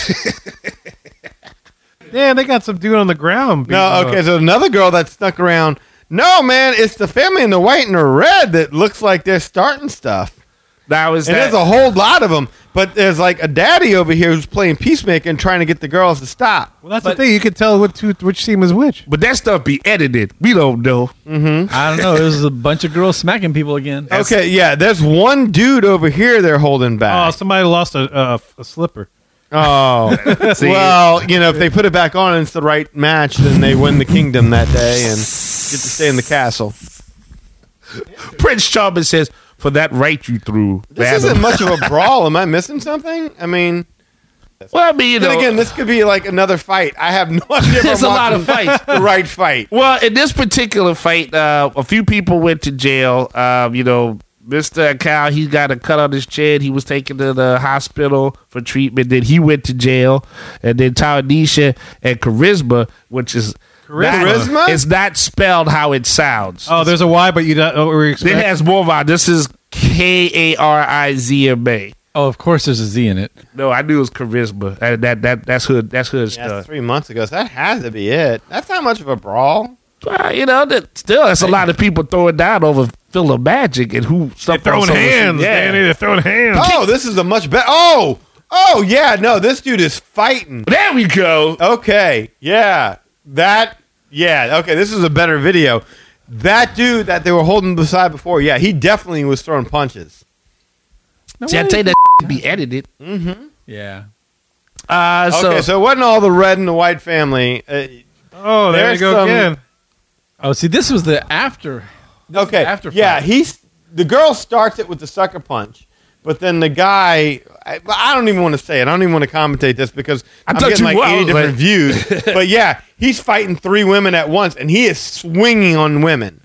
[SPEAKER 2] Yeah, they got some dude on the ground. beating
[SPEAKER 3] No,
[SPEAKER 2] him
[SPEAKER 3] okay.
[SPEAKER 2] up.
[SPEAKER 3] So another girl that snuck around. No, man, it's the family in the white and the red that looks like they're starting stuff.
[SPEAKER 5] that was
[SPEAKER 3] And
[SPEAKER 5] that.
[SPEAKER 3] there's a whole lot of them, but there's like a daddy over here who's playing peacemaker and trying to get the girls to stop.
[SPEAKER 2] Well, that's the thing. You can tell what two, which team is which.
[SPEAKER 5] but that stuff be edited. We don't know.
[SPEAKER 8] I don't know. It was a bunch of girls smacking people again.
[SPEAKER 3] okay, yeah, there's one dude over here they're holding
[SPEAKER 2] Oh,
[SPEAKER 3] back.
[SPEAKER 2] somebody lost a, a, a slipper.
[SPEAKER 3] [laughs] Oh,
[SPEAKER 5] See,
[SPEAKER 3] well, you know, if they put it back on and it's the right match, then they win the kingdom that day and get to stay in the castle.
[SPEAKER 5] Prince Charming says, "For that right you threw."
[SPEAKER 3] This
[SPEAKER 5] Madam."
[SPEAKER 3] isn't much of [laughs] a brawl. Am I missing something? I mean,
[SPEAKER 5] well, I mean, you
[SPEAKER 3] then
[SPEAKER 5] know,
[SPEAKER 3] again, this could be like another fight. I have [laughs] no idea. if
[SPEAKER 5] There's
[SPEAKER 3] I'm
[SPEAKER 5] a lot
[SPEAKER 3] watching
[SPEAKER 5] of fights.
[SPEAKER 3] The [laughs] right fight.
[SPEAKER 5] Well, in this particular fight, uh, a few people went to jail. Um, you know, Mr. Cow, he got a cut on his chin. He was taken to the hospital for treatment. Then he went to jail. And then Tawanisha and Charisma, which is not-
[SPEAKER 3] Charisma?
[SPEAKER 5] it's not spelled how it sounds.
[SPEAKER 2] Oh, there's a Y, but you don't. Oh, we
[SPEAKER 5] It
[SPEAKER 2] expect-
[SPEAKER 5] has more vowel. This is K A R I Z M A.
[SPEAKER 8] Oh, of course, there's a Z in it.
[SPEAKER 5] No, I knew it was charisma. That, that that that's hood. That's
[SPEAKER 3] Yeah,
[SPEAKER 5] hood stuff.
[SPEAKER 3] that's three months ago. So that has to be it. That's not much of a brawl.
[SPEAKER 5] Well, you know, that, still, that's a lot of people throwing down over Phil of Magic and who stuff on
[SPEAKER 2] throwing
[SPEAKER 5] social-
[SPEAKER 2] hands,
[SPEAKER 5] Yeah.
[SPEAKER 2] Danny. They're throwing hands.
[SPEAKER 3] Oh, this is a much better. Oh, oh yeah. No, this dude is fighting.
[SPEAKER 5] There we go.
[SPEAKER 3] Okay, yeah, that. Yeah, okay. This is a better video. That dude that they were holding beside before. Yeah, he definitely was throwing punches.
[SPEAKER 5] See, I tell you that be edited.
[SPEAKER 8] Yeah.
[SPEAKER 5] Uh, so,
[SPEAKER 3] okay, so it wasn't all the red and the white family. Uh,
[SPEAKER 2] Oh, there you
[SPEAKER 3] There's
[SPEAKER 2] go
[SPEAKER 3] some-
[SPEAKER 2] again.
[SPEAKER 8] Oh, see, this was the after.
[SPEAKER 3] Okay.
[SPEAKER 8] after
[SPEAKER 3] yeah,
[SPEAKER 8] fight.
[SPEAKER 3] he's the girl starts it with the sucker punch, but then the guy. I, but I don't even want to say it. I don't even want to commentate this because
[SPEAKER 5] I
[SPEAKER 3] I'm
[SPEAKER 5] thought
[SPEAKER 3] getting
[SPEAKER 5] you
[SPEAKER 3] like
[SPEAKER 5] were. I
[SPEAKER 3] 80
[SPEAKER 5] was
[SPEAKER 3] different
[SPEAKER 5] like-
[SPEAKER 3] views.
[SPEAKER 5] [laughs]
[SPEAKER 3] but yeah, he's fighting three women at once, and he is swinging on women.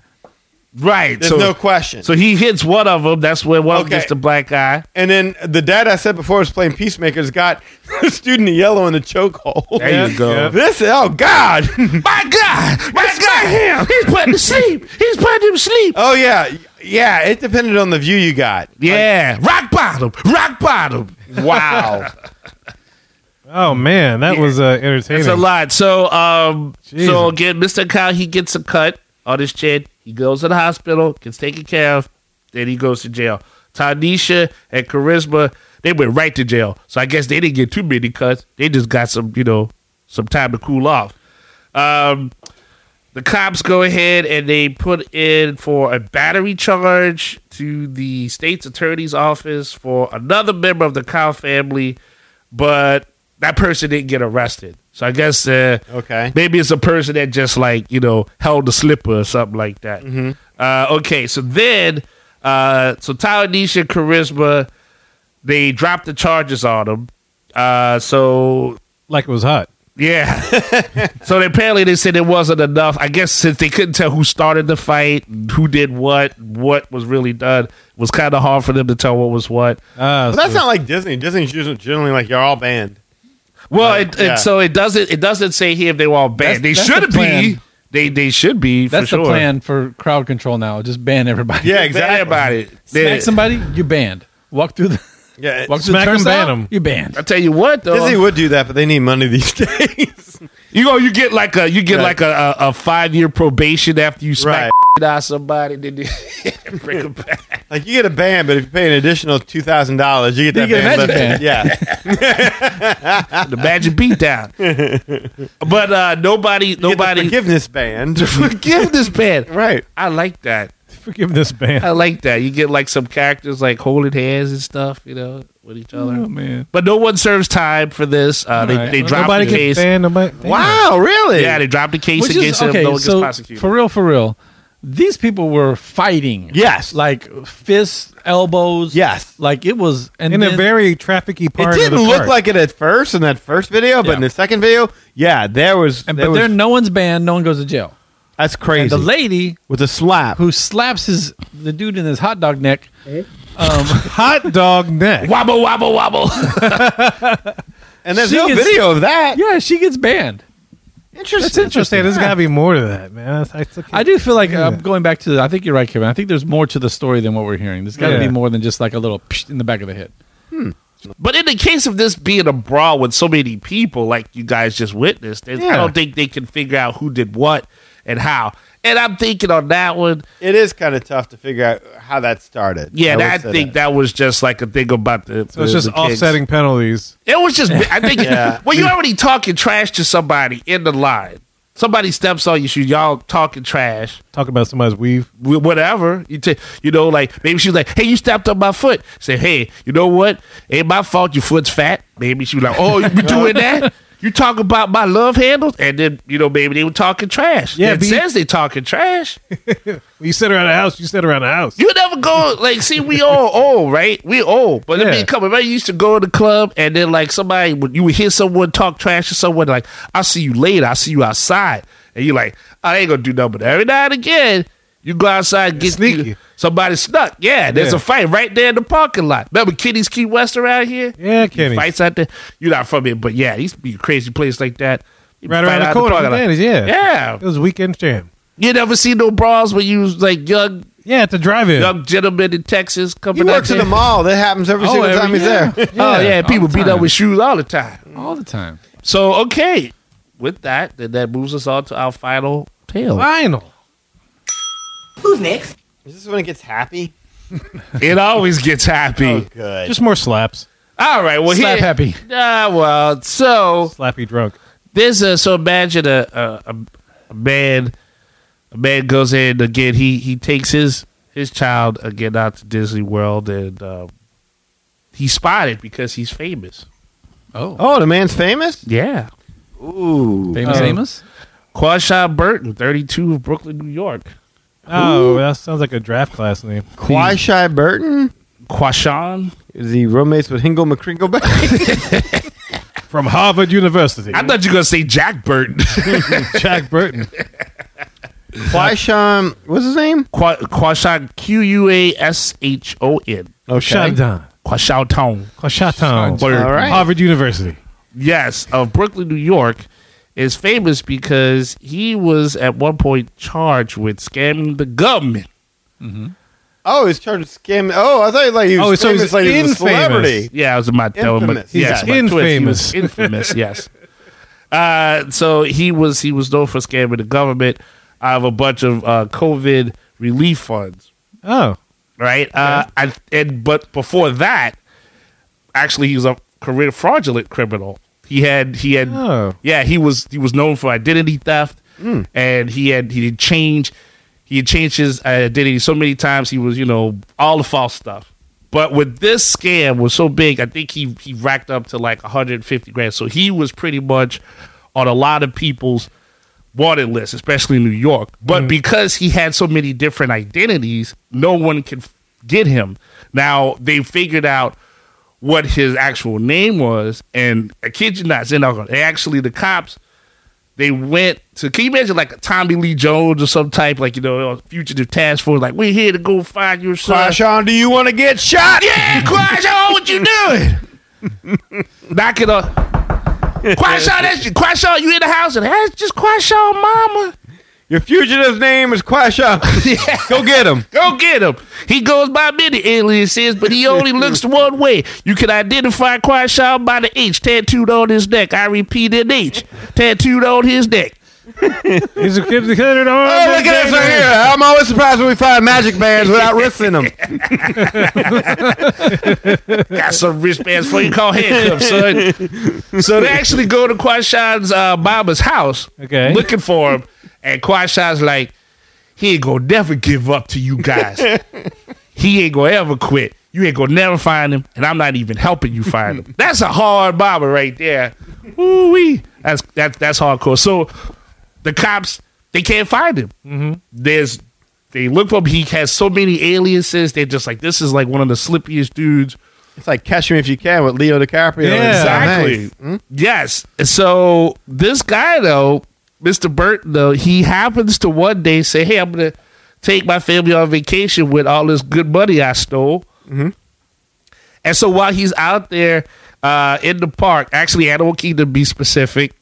[SPEAKER 5] right.
[SPEAKER 3] There's
[SPEAKER 5] So,
[SPEAKER 3] no question.
[SPEAKER 5] so he hits one of them. That's where one of 'em
[SPEAKER 3] Okay.
[SPEAKER 5] gets the black eye.
[SPEAKER 3] and then the dad I said before was playing peacemakers got [laughs] the student in yellow in the chokehold.
[SPEAKER 5] There you go.
[SPEAKER 3] This oh god. [laughs]
[SPEAKER 5] My God, my God, him. He's putting to sleep. He's putting him to sleep.
[SPEAKER 3] oh yeah, yeah. It depended on the view you got.
[SPEAKER 5] yeah, rock bottom, rock bottom. [laughs]
[SPEAKER 3] Wow.
[SPEAKER 2] Oh man, that was uh, entertaining.
[SPEAKER 5] That's a lot. So, um,
[SPEAKER 2] Jesus.
[SPEAKER 5] so again, Mr. Cow, he gets a cut on his chin. He goes to the hospital, gets taken care of, then he goes to jail. Tanisha and Charisma, they went right to jail. So I guess they didn't get too many cuts. They just got some, you know, some time to cool off. Um, the cops go ahead and they put in for a battery charge to the state's attorney's office for another member of the Cow family, but that person didn't get arrested. So I guess uh,
[SPEAKER 3] Okay.
[SPEAKER 5] maybe it's a person that just like you know held the slipper or something like that. Uh, okay, so then uh, so Taladisha Charisma, they dropped the charges on them. Uh, so
[SPEAKER 2] like it was hot.
[SPEAKER 8] [laughs]
[SPEAKER 5] yeah. so apparently they said it wasn't enough. I guess since they couldn't tell who started the fight, who did what, what was really done, it was kind of hard for them to tell what was what.
[SPEAKER 2] Uh,
[SPEAKER 3] But
[SPEAKER 2] so-
[SPEAKER 3] that's not like Disney. Disney's usually- generally like you're all banned.
[SPEAKER 5] Well, it,
[SPEAKER 3] yeah.
[SPEAKER 5] it, so it doesn't it doesn't say here if they were all banned.
[SPEAKER 8] That's-
[SPEAKER 5] they
[SPEAKER 8] that's the
[SPEAKER 5] should be.
[SPEAKER 8] plan.
[SPEAKER 5] They they should be.
[SPEAKER 8] That's
[SPEAKER 5] for
[SPEAKER 8] the
[SPEAKER 5] sure.
[SPEAKER 8] plan for crowd control now. Just ban everybody.
[SPEAKER 3] Yeah,
[SPEAKER 5] Bad
[SPEAKER 3] exactly.
[SPEAKER 5] about it. They-
[SPEAKER 8] Smack somebody, you banned. Walk through the
[SPEAKER 3] Yeah,
[SPEAKER 8] walk through
[SPEAKER 2] Smack 'em,
[SPEAKER 8] the turnstile,
[SPEAKER 2] ban 'em.
[SPEAKER 8] You
[SPEAKER 5] I
[SPEAKER 8] banned.
[SPEAKER 5] tell you what though,
[SPEAKER 3] Disney would do that, but they need money these [laughs] days.
[SPEAKER 5] you know you get like a you get
[SPEAKER 3] Right.
[SPEAKER 5] like a, a, a five year probation after you smack
[SPEAKER 3] Right.
[SPEAKER 5] out somebody. Then they- [laughs] Bring them back.
[SPEAKER 3] Like you get a band, but if you pay an additional two thousand dollars, you get
[SPEAKER 8] You
[SPEAKER 3] that
[SPEAKER 8] get a
[SPEAKER 3] band.
[SPEAKER 8] magic
[SPEAKER 3] lifted. Yeah,
[SPEAKER 5] The magic [laughs] beatdown. But uh,
[SPEAKER 3] nobody
[SPEAKER 5] nobody, nobody
[SPEAKER 3] forgiveness band.
[SPEAKER 5] [laughs] forgiveness
[SPEAKER 3] [laughs]
[SPEAKER 5] band.
[SPEAKER 3] right.
[SPEAKER 5] I like that.
[SPEAKER 2] Forgive this [laughs] band.
[SPEAKER 5] I like that. You get like some characters like holding hands and stuff, you know, with each other.
[SPEAKER 8] Oh man.
[SPEAKER 5] But no one serves time for this. Uh, they
[SPEAKER 8] right.
[SPEAKER 5] they dropped
[SPEAKER 2] Nobody
[SPEAKER 5] the
[SPEAKER 2] can
[SPEAKER 5] case.
[SPEAKER 2] stand. Nobody.
[SPEAKER 3] Wow, really?
[SPEAKER 5] Yeah, they dropped the case
[SPEAKER 8] Which
[SPEAKER 5] against
[SPEAKER 8] is
[SPEAKER 5] him.
[SPEAKER 8] okay.
[SPEAKER 5] No one
[SPEAKER 8] so
[SPEAKER 5] gets prosecuted.
[SPEAKER 8] for real, for real, these people were fighting.
[SPEAKER 3] Yes.
[SPEAKER 8] like fists, elbows.
[SPEAKER 3] Yes.
[SPEAKER 8] like it was, and
[SPEAKER 2] In
[SPEAKER 8] then,
[SPEAKER 2] a very trafficky
[SPEAKER 3] It
[SPEAKER 2] part. of
[SPEAKER 3] didn't
[SPEAKER 2] the
[SPEAKER 3] look
[SPEAKER 2] park.
[SPEAKER 3] like it at first in that first video, but in
[SPEAKER 8] Yeah.
[SPEAKER 3] the second video, yeah, there was.
[SPEAKER 8] and,
[SPEAKER 3] there
[SPEAKER 8] but
[SPEAKER 3] was-
[SPEAKER 8] they're no one's banned. No one goes to jail.
[SPEAKER 3] that's
[SPEAKER 8] And
[SPEAKER 3] crazy.
[SPEAKER 8] the lady
[SPEAKER 3] With a slap.
[SPEAKER 8] who slaps his the dude in his hot dog neck.
[SPEAKER 2] hot dog neck.
[SPEAKER 5] wobble, wobble, wobble. [laughs]
[SPEAKER 3] And there's
[SPEAKER 8] She
[SPEAKER 3] no
[SPEAKER 8] gets-
[SPEAKER 3] video of that.
[SPEAKER 8] Yeah, she gets banned.
[SPEAKER 2] That's interesting. There's got to be more to that, man. I, I,
[SPEAKER 8] I do feel like I'm going back to. The, I think you're right, Kevin. I think there's more to the story than what we're hearing. There's got to
[SPEAKER 2] Yeah.
[SPEAKER 8] be more than just like a little psh in the back of the head.
[SPEAKER 5] but in the case of this being a brawl with so many people, like you guys just witnessed, there's- I
[SPEAKER 3] Yeah.
[SPEAKER 5] don't think they can figure out who did what and how. And I'm thinking on that one,
[SPEAKER 3] It is kind of tough to figure out how that started.
[SPEAKER 5] yeah,
[SPEAKER 3] would
[SPEAKER 5] that- I,
[SPEAKER 3] say
[SPEAKER 5] think that. was just like a thing about the.
[SPEAKER 2] So it's
[SPEAKER 5] the-
[SPEAKER 2] just
[SPEAKER 5] the kids.
[SPEAKER 2] offsetting penalties.
[SPEAKER 5] It was just,
[SPEAKER 3] [laughs]
[SPEAKER 5] I think,
[SPEAKER 3] Yeah.
[SPEAKER 5] well, you're already talking trash to somebody in the line. Somebody steps on you, shoe, y'all talking trash.
[SPEAKER 2] Talk about somebody's weave.
[SPEAKER 5] wh- whatever you take you know like maybe she was like hey you stepped on my foot say hey you know what ain't my fault your foot's fat maybe she was like oh you be doing that you talk about my love handles and then you know maybe they were talking trash
[SPEAKER 2] Yeah,
[SPEAKER 5] it
[SPEAKER 2] be-
[SPEAKER 5] says they talking trash
[SPEAKER 2] You sit around the house. You sit around the house.
[SPEAKER 5] you never go like see we all old right we old but I
[SPEAKER 2] Yeah.
[SPEAKER 5] mean come on, right you used to go to the club and then like somebody would you would hear someone talk trash to someone like I'll see you later I'll see you outside and you're like I ain't gonna do nothing but every now and again you go outside and get
[SPEAKER 2] Sneaky.
[SPEAKER 5] you- somebody snuck yeah there's
[SPEAKER 2] Yeah.
[SPEAKER 5] a fight right there in the parking lot remember Kenny's Key West around here
[SPEAKER 2] Yeah, Kenny's.
[SPEAKER 5] fights out there you're not from here but yeah these be crazy place like that You
[SPEAKER 2] Right
[SPEAKER 5] fight
[SPEAKER 2] around the
[SPEAKER 5] out
[SPEAKER 2] corner.
[SPEAKER 5] parking lot.
[SPEAKER 2] man, yeah.
[SPEAKER 5] yeah
[SPEAKER 2] It was weekend jam.
[SPEAKER 5] you never see no brawls when you was like young
[SPEAKER 2] Yeah, at the drive-in.
[SPEAKER 5] young gentleman in Texas
[SPEAKER 3] He
[SPEAKER 5] coming out
[SPEAKER 3] works at the
[SPEAKER 5] there.
[SPEAKER 3] mall. That happens every
[SPEAKER 8] Oh,
[SPEAKER 3] single
[SPEAKER 8] every-
[SPEAKER 3] time he's
[SPEAKER 8] yeah.
[SPEAKER 3] there.
[SPEAKER 5] Oh yeah,
[SPEAKER 8] all
[SPEAKER 5] people
[SPEAKER 8] the
[SPEAKER 5] beat up
[SPEAKER 8] time.
[SPEAKER 5] with shoes all the time.
[SPEAKER 8] all the time.
[SPEAKER 5] So okay, with that, then that moves us on to our final tale.
[SPEAKER 2] Final.
[SPEAKER 7] Who's next?
[SPEAKER 3] Is this when it gets happy?
[SPEAKER 5] It always gets happy.
[SPEAKER 3] Good.
[SPEAKER 2] Just more slaps.
[SPEAKER 5] All right, well
[SPEAKER 8] Slap
[SPEAKER 5] here,
[SPEAKER 8] happy.
[SPEAKER 5] Ah, well, so
[SPEAKER 2] Slappy drunk.
[SPEAKER 5] there's a so imagine a a, a, a man, a man goes in again. He he takes his his child again out to Disney World and. Um, He's spotted because he's famous.
[SPEAKER 8] Oh,
[SPEAKER 3] oh, the man's famous?
[SPEAKER 5] Yeah.
[SPEAKER 3] Ooh.
[SPEAKER 8] famous
[SPEAKER 2] Oh.
[SPEAKER 8] Amos.
[SPEAKER 5] Quashawn Burton, 32 of Brooklyn, New York.
[SPEAKER 2] Oh, that sounds like a draft class name.
[SPEAKER 3] Quashai Burton?
[SPEAKER 5] Quashawn?
[SPEAKER 3] Is he roommates with Hingle McCrinkleback?
[SPEAKER 2] From Harvard University.
[SPEAKER 5] I thought you were going to say Jack [laughs] Burton.
[SPEAKER 2] Jack [laughs] Burton.
[SPEAKER 3] Quasham, what's his name?
[SPEAKER 5] Qua- Quashon, Q U A S H O N.
[SPEAKER 2] Shadon.
[SPEAKER 5] Quashao Tong.
[SPEAKER 2] Quashatan.
[SPEAKER 3] Burton. All right.
[SPEAKER 2] Harvard University.
[SPEAKER 5] Yes, of Brooklyn, New York, is famous because he was at one point charged with scamming the government.
[SPEAKER 3] Oh, he's charged with scam. Oh, I thought like he
[SPEAKER 2] Oh,
[SPEAKER 3] was
[SPEAKER 2] so
[SPEAKER 3] famous,
[SPEAKER 2] he's
[SPEAKER 3] like he was a
[SPEAKER 2] infamous.
[SPEAKER 3] celebrity.
[SPEAKER 5] Yeah, I was about to tell him.
[SPEAKER 3] Infamous.
[SPEAKER 5] but-
[SPEAKER 3] He's
[SPEAKER 5] Yeah,
[SPEAKER 2] just
[SPEAKER 5] my twist, he
[SPEAKER 2] infamous.
[SPEAKER 5] was [laughs] Infamous, yes. Uh, so he was he was known for scamming the government out of a bunch of uh, COVID relief funds.
[SPEAKER 2] Oh.
[SPEAKER 5] right? Uh, and, and but before that, actually, he was a career fraudulent criminal. He had he had
[SPEAKER 2] Oh.
[SPEAKER 5] yeah he was he was known for identity theft, and he had he did change he had changed his identity so many times. He was you know all the false stuff. But with this scam was so big, I think he he racked up to like 150 grand. So he was pretty much on a lot of people's wanted list, especially in New York. But because he had so many different identities, no one could f- get him. Now they figured out what his actual name was, and I kid you not, they're not gonna- they actually the cops they went to can you imagine like a Tommy Lee Jones or some type like you know a fugitive task force like we're here to go find your son.
[SPEAKER 3] Quasham, do you want to get shot?
[SPEAKER 5] Yeah, Quashaw, what you doing? Knock it up. Quashaw, that's you. Quashaw, you in the house? And that's just Quashaw, mama.
[SPEAKER 3] Your fugitive's name is Quasham. Go get him.
[SPEAKER 5] Go get him. He goes by many aliases, but he only looks one way. You can identify Quashaw by the H tattooed on his neck. I repeat, an H tattooed on his neck.
[SPEAKER 2] He's a kid declared
[SPEAKER 3] Oh, look at this right here. I'm always surprised when we find magic bands without wristing them.
[SPEAKER 5] Got some wristbands for you call handcuffs, son. so they actually go to Quashan's uh, mama's house
[SPEAKER 2] Okay.
[SPEAKER 5] looking for him. And Quashan's like, he ain't gonna never give up to you guys. he ain't gonna ever quit. You ain't gonna never find him, and I'm not even helping you find him. That's a hard mama right there. Ooh wee. That's that's that's hardcore. So the cops they can't find him. There's they look for him. He has so many aliases. They're just like this is like one of the slippiest dudes.
[SPEAKER 3] [laughs] It's like Catch Me If You Can with Leo DiCaprio.
[SPEAKER 2] Yeah,
[SPEAKER 3] and Tom
[SPEAKER 5] Exactly.
[SPEAKER 3] Hanks.
[SPEAKER 5] Yes. So this guy though, Mr. Burton though, he happens to one day say, "Hey, I'm gonna take my family on vacation with all this good money I stole." And so while he's out there uh, in the park, actually Animal Kingdom, to be specific,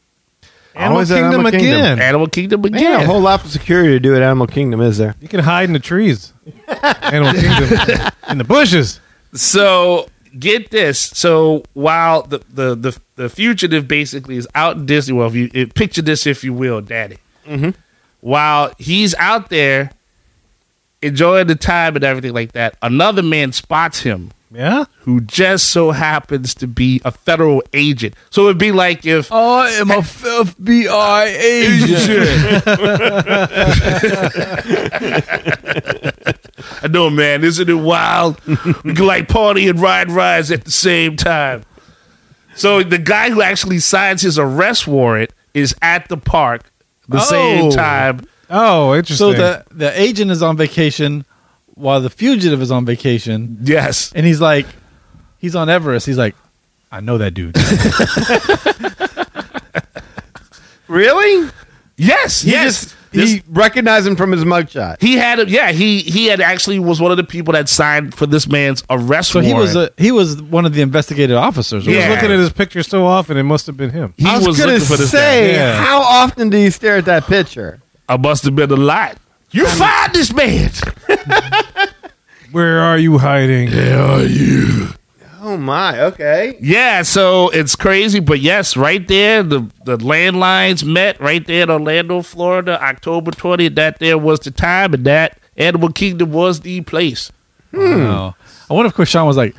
[SPEAKER 2] Animal
[SPEAKER 3] Always at
[SPEAKER 2] Kingdom
[SPEAKER 3] Animal Kingdom.
[SPEAKER 2] again.
[SPEAKER 5] Animal Kingdom
[SPEAKER 3] Man,
[SPEAKER 5] again.
[SPEAKER 3] a whole lot of security to do at Animal Kingdom, is there?
[SPEAKER 2] You can hide in the trees. Animal Kingdom. in the bushes.
[SPEAKER 5] So get this. So while the the the, the fugitive basically is out in Disney World, if you if- picture this, if you will, Daddy. While he's out there enjoying the time and everything like that, another man spots him
[SPEAKER 2] Yeah?
[SPEAKER 5] who just so happens to be a federal agent. So it'd be like if
[SPEAKER 8] I am a FBI
[SPEAKER 5] [laughs] I know, man. Isn't it wild? we can like party and ride rides at the same time. So the guy who actually signs his arrest warrant is at the park the same
[SPEAKER 8] Oh.
[SPEAKER 5] time.
[SPEAKER 2] Oh, interesting.
[SPEAKER 8] So the the agent is on vacation while the fugitive is on vacation,
[SPEAKER 5] Yes.
[SPEAKER 8] and he's like, he's on Everest. He's like, I know that dude.
[SPEAKER 3] Really?
[SPEAKER 5] Yes.
[SPEAKER 3] He
[SPEAKER 5] yes.
[SPEAKER 3] just-
[SPEAKER 5] This-
[SPEAKER 3] he recognized him from his mugshot.
[SPEAKER 5] he had a, yeah, he he had actually was one of the people that signed for this man's arrest
[SPEAKER 8] So he
[SPEAKER 5] warrant.
[SPEAKER 8] was a, he was one of the investigative officers.
[SPEAKER 2] he
[SPEAKER 8] right?
[SPEAKER 2] was
[SPEAKER 5] Yeah.
[SPEAKER 2] looking at his picture so often, it must have been him.
[SPEAKER 5] he
[SPEAKER 3] I
[SPEAKER 5] was,
[SPEAKER 3] was,
[SPEAKER 5] looking
[SPEAKER 3] gonna
[SPEAKER 5] for this
[SPEAKER 3] say,
[SPEAKER 5] guy.
[SPEAKER 2] Yeah.
[SPEAKER 3] how often do you stare at that picture?
[SPEAKER 5] I must have been a lot. You find this man.
[SPEAKER 2] Where are you hiding?
[SPEAKER 3] Oh my, okay.
[SPEAKER 5] Yeah, so it's crazy, but yes, right there, the, the landlines met right there in Orlando, Florida, October 20th. That there was the time, and that Animal Kingdom was the place.
[SPEAKER 8] Wow. I wonder if Krishan was like,